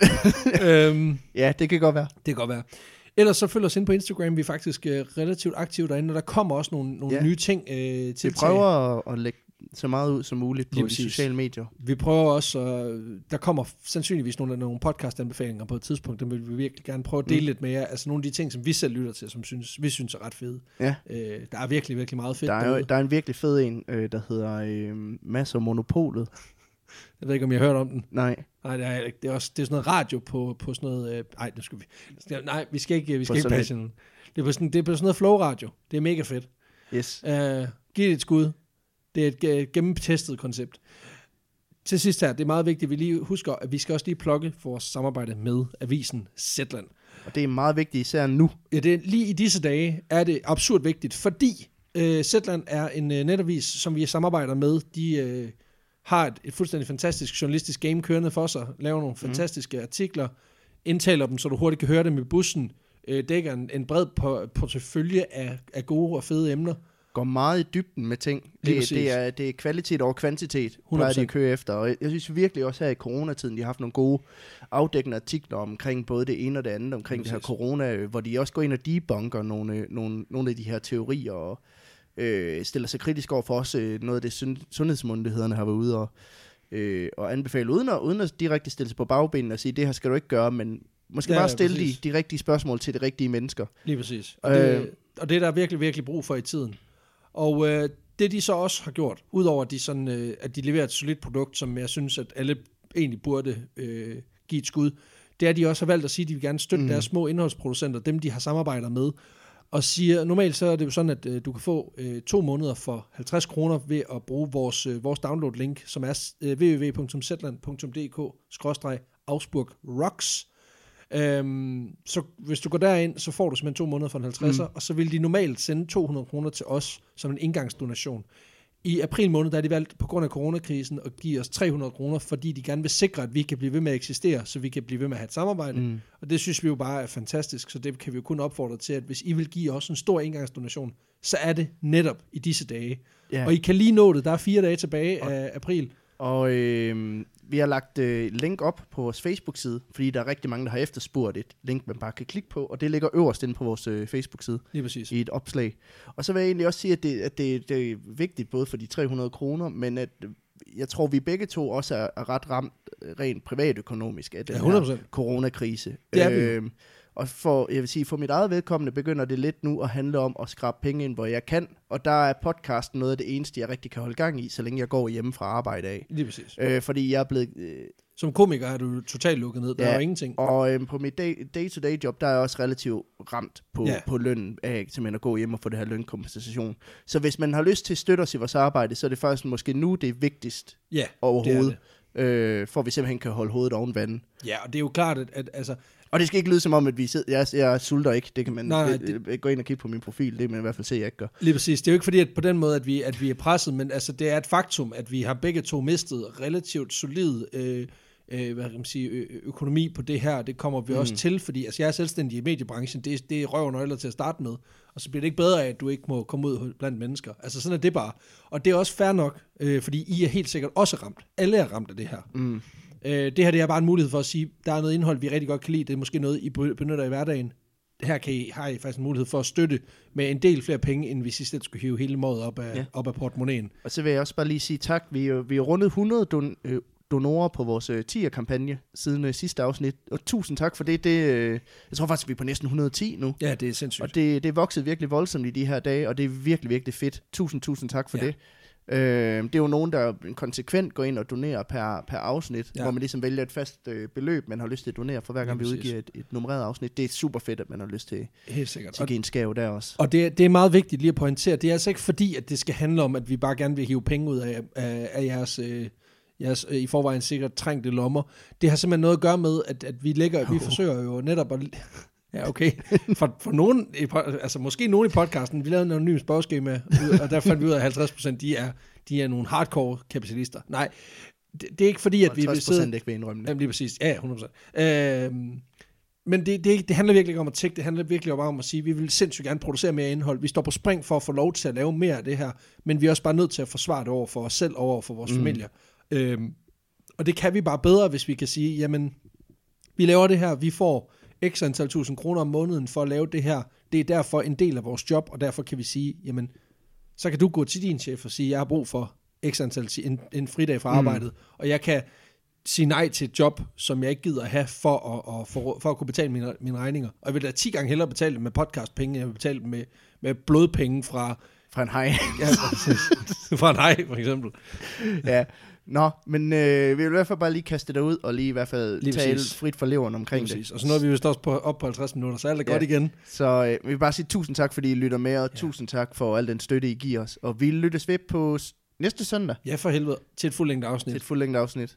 Speaker 1: øhm,
Speaker 2: Ja, det kan godt være.
Speaker 1: det kan godt være. Ellers så følg os ind på Instagram. Vi er faktisk øh, relativt aktive derinde, og der kommer også nogle, nogle
Speaker 2: Ja.
Speaker 1: nye ting øh, til.
Speaker 2: Vi prøver at, at lægge så meget ud som muligt på
Speaker 1: Lige
Speaker 2: de
Speaker 1: præcis.
Speaker 2: sociale medier.
Speaker 1: Vi prøver også, øh, der kommer sandsynligvis nogle, nogle podcast-anbefalinger på et tidspunkt, dem vil vi virkelig gerne prøve at dele mm.
Speaker 2: Mm.
Speaker 1: lidt med jer. Altså nogle af de ting, som vi selv lytter til, som synes, vi synes er ret fede.
Speaker 2: Ja.
Speaker 1: Øh, der er virkelig, virkelig meget fedt.
Speaker 2: Der er, jo,
Speaker 1: derude.
Speaker 2: der er en virkelig fed en, øh, der hedder øh, Masser Monopolet.
Speaker 1: Jeg ved ikke, om jeg har hørt om den.
Speaker 2: Nej,
Speaker 1: Nej, det er, jeg ikke. det er, også, det er sådan noget radio på, på sådan noget... Øh, nej, nu skal vi, nej, vi skal ikke, vi skal ikke
Speaker 2: sådan
Speaker 1: passe hinanden. Det er, på sådan, det er på sådan noget flow-radio. Det er mega fedt.
Speaker 2: yes.
Speaker 1: Uh, giv det et skud. Det er et ge- gennemtestet koncept. Til sidst her, det er meget vigtigt, at vi lige husker, at vi skal også lige plukke vores samarbejde med avisen Zetland.
Speaker 2: Og det er meget vigtigt, især nu.
Speaker 1: Ja, det, er- lige i disse dage er det absurd vigtigt, fordi øh, Zetland er en øh, netavis, som vi samarbejder med. De øh, har et, et fuldstændig fantastisk journalistisk game kørende for sig, laver nogle fantastiske artikler, indtaler dem, så du hurtigt kan høre dem i bussen, øh, dækker en, en bred por- portefølje af, af gode og fede emner.
Speaker 2: Går meget i dybden med ting.
Speaker 1: Lige
Speaker 2: Det,
Speaker 1: præcis.
Speaker 2: det, er, det er kvalitet over kvantitet, plejer de
Speaker 1: 100%.
Speaker 2: at køre efter. Og jeg, jeg synes virkelig også her i coronatiden, de har haft nogle gode afdækkende artikler omkring både det ene og det andet, omkring det her
Speaker 1: Præcis.
Speaker 2: corona, øh, hvor de også går ind og debunker nogle, øh, nogle, nogle af de her teorier og øh, stiller sig kritisk over for også øh, noget af det, sund- sundhedsmyndighederne har været ude og, øh, og anbefale, uden at, uden at direkte stille sig på bagbenene og sige, det her skal du ikke gøre, men måske
Speaker 1: Ja,
Speaker 2: ja, bare
Speaker 1: ja,
Speaker 2: stille de,
Speaker 1: præcis.
Speaker 2: de rigtige spørgsmål til de rigtige mennesker.
Speaker 1: Lige præcis. Og, øh.
Speaker 2: Øh.
Speaker 1: det, og det er der virkelig, virkelig brug for i tiden. Og øh, det de så også har gjort, udover at de, sådan, øh, at de leverer et solidt produkt, som jeg synes, at alle egentlig burde øh, give et skud, det er, at de også har valgt at sige, at de vil gerne støtte mm. deres små indholdsproducenter, dem de har samarbejder med, og siger, normalt så er det jo sådan, at øh, du kan få øh, to måneder for 50 kroner ved at bruge vores, øh, vores download-link, som er øh, www.zetland.dk-afspurg rocks. Øhm, så hvis du går derind, så får du simpelthen to måneder for en 50'er, mm. og så vil de normalt sende 200 kroner til os som en indgangsdonation. I april måned, der er de valgt på grund af coronakrisen at give os 300 kroner, fordi de gerne vil sikre, at vi kan blive ved med at eksistere, så vi kan blive ved med at have et samarbejde. Mm. Og det synes vi jo bare er fantastisk, så det kan vi jo kun opfordre til, at hvis I vil give os en stor indgangsdonation, så er det netop i disse dage.
Speaker 2: Ja.
Speaker 1: Og I kan lige nå det, der er fire dage tilbage af april.
Speaker 2: Og øh, vi har lagt øh, link op på vores Facebook-side, fordi der er rigtig mange, der har efterspurgt et link, man bare kan klikke på, og det ligger øverst inde på vores øh, Facebook-side
Speaker 1: Lige præcis.
Speaker 2: i et opslag. Og så vil jeg egentlig også sige, at det, at det, det er vigtigt både for de 300 kroner, men at øh, jeg tror, vi begge to også er, er ret ramt øh, rent privatøkonomisk af den
Speaker 1: Ja,
Speaker 2: her
Speaker 1: 100%.
Speaker 2: coronakrise.
Speaker 1: Det er vi jo.
Speaker 2: Øhm, og for, jeg vil sige, for mit eget vedkommende begynder det lidt nu at handle om at skrabe penge ind, hvor jeg kan. Og der er podcasten noget af det eneste, jeg rigtig kan holde gang i, så længe jeg går hjemme fra arbejde af.
Speaker 1: Lige præcis.
Speaker 2: Øh, fordi jeg er blevet... Øh,
Speaker 1: Som komiker er du totalt lukket ned, der
Speaker 2: Ja.
Speaker 1: er jo ingenting.
Speaker 2: og øh, på mit day- day-to-day job, der er jeg også relativt ramt på,
Speaker 1: Ja.
Speaker 2: yeah. på lønnen af simpelthen at gå hjem og få det her lønkompensation. Så hvis man har lyst til at støtte os i vores arbejde, så er det faktisk måske nu det er vigtigst
Speaker 1: Ja,
Speaker 2: overhovedet. Det det. Øh, for at vi simpelthen kan holde hovedet oven vandet.
Speaker 1: Ja, og det er jo klart, at, at altså,
Speaker 2: Og det skal ikke lyde som om, at vi sidder... Jeg, jeg sulter ikke. Det kan man
Speaker 1: Nej, nej,
Speaker 2: det, det, gå ind og kigge på min profil. Det kan man i hvert fald se, at jeg ikke gør.
Speaker 1: lige præcis, det er jo ikke fordi, at på den måde, at vi, at vi er presset, men altså, det er et faktum, at vi har begge to mistet relativt solid øh, øh, hvad kan man sige, ø- ø- økonomi på det her, og det kommer vi mm. også til, fordi altså, jeg er selvstændig i mediebranchen, det, er- det er røv og nøgler til at starte med, og så bliver det ikke bedre af, at du ikke må komme ud blandt mennesker. Altså sådan er det bare. Og det er også fair nok, øh, fordi I er helt sikkert også ramt. Alle er ramt af det her. Mm. Øh, det her det er bare en mulighed for at sige, der er noget indhold, vi rigtig godt kan lide, det er måske noget, I be- benytter i hverdagen. her kan I, har I faktisk en mulighed for at støtte med en del flere penge, end hvis I selv skulle hive hele mådet op af,
Speaker 2: Ja.
Speaker 1: ja. op af portemonnaien.
Speaker 2: Og så vil jeg også bare lige sige tak. Vi, er jo- vi har rundet 100 don, øh, donorer på vores øh, 10'er-kampagne siden øh, sidste afsnit. Og tusind tak for det. det øh, jeg tror faktisk, vi er på næsten 110 nu.
Speaker 1: Ja, det er sindssygt.
Speaker 2: Og det, det er vokset virkelig voldsomt i de her dage, og det er virkelig, virkelig fedt. Tusind, tusind tak for ja.
Speaker 1: Ja.
Speaker 2: det. Øh, det er jo nogen, der konsekvent går ind og donerer per, per afsnit, ja.
Speaker 1: Ja.
Speaker 2: hvor man ligesom vælger et fast øh, beløb, man har lyst til at donere for hver gang,
Speaker 1: Lige
Speaker 2: vi
Speaker 1: præcis.
Speaker 2: udgiver et, et nummereret afsnit. Det er super fedt, at man har lyst til,
Speaker 1: Helt sikkert.
Speaker 2: til
Speaker 1: Og,
Speaker 2: genskab der også.
Speaker 1: og det, er- det er meget vigtigt lige at pointere. Det er altså ikke fordi, at det skal handle om, at vi bare gerne vil hive penge ud af, af, af jeres, øh, jeres øh, i forvejen sikkert trængte lommer. Det har simpelthen noget at gøre med, at, at vi lægger, vi forsøger jo netop at... [LAUGHS] Ja, okay. For, for nogen, i po- altså måske nogen i podcasten, vi lavede en anonym spørgeskema, ud, og der fandt vi ud af, at 50 procent, de er, de er nogle hardcore kapitalister. Nej, det, det er ikke fordi, at vi vil
Speaker 2: 50
Speaker 1: sidde...
Speaker 2: procent ikke vil indrømme det.
Speaker 1: Jamen lige præcis, ja, 100%. Øhm, men det, det, er ikke- det handler virkelig ikke om at tække, det handler virkelig bare om at sige, at vi vil sindssygt gerne producere mere indhold. Vi står på spring for at få lov til at lave mere af det her, men vi er også bare nødt til at forsvare det over for os selv og over for vores mm. familier. Øhm, og det kan vi bare bedre, hvis vi kan sige, jamen, vi laver det her, vi får x antal tusind kroner om måneden for at lave det her. Det er derfor en del af vores job, og derfor kan vi sige, jamen, så kan du gå til din chef og sige, jeg har brug for x antal ti- en, en fridag fra arbejdet, mm. og jeg kan sige nej til et job, som jeg ikke gider at have for at, at, for, for at kunne betale mine, mine regninger. Og jeg vil da 10 gange hellere betale dem med podcastpenge, end jeg vil betale dem med, med blodpenge fra,
Speaker 2: Fra en hej.
Speaker 1: ja, [LAUGHS] fra dig, for eksempel.
Speaker 2: [LAUGHS] ja. Nå, men øh, vi vil i hvert fald bare lige kaste det ud, og lige i hvert fald lige
Speaker 1: Lige
Speaker 2: tale
Speaker 1: præcis.
Speaker 2: frit fra leveren omkring det.
Speaker 1: Præcis. Og så nåede vi vist også på, op på 50 minutter, så alt er
Speaker 2: Ja.
Speaker 1: godt igen.
Speaker 2: Så øh, vi vil bare sige tusind tak, fordi I lytter med, og ja. tusind tak for al den støtte, I giver os. Og vi lyttes ved på s- næste søndag
Speaker 1: Ja, for helvede. Til et fuldlængde
Speaker 2: til
Speaker 1: afsnit.
Speaker 2: et fuldlængde afsnit.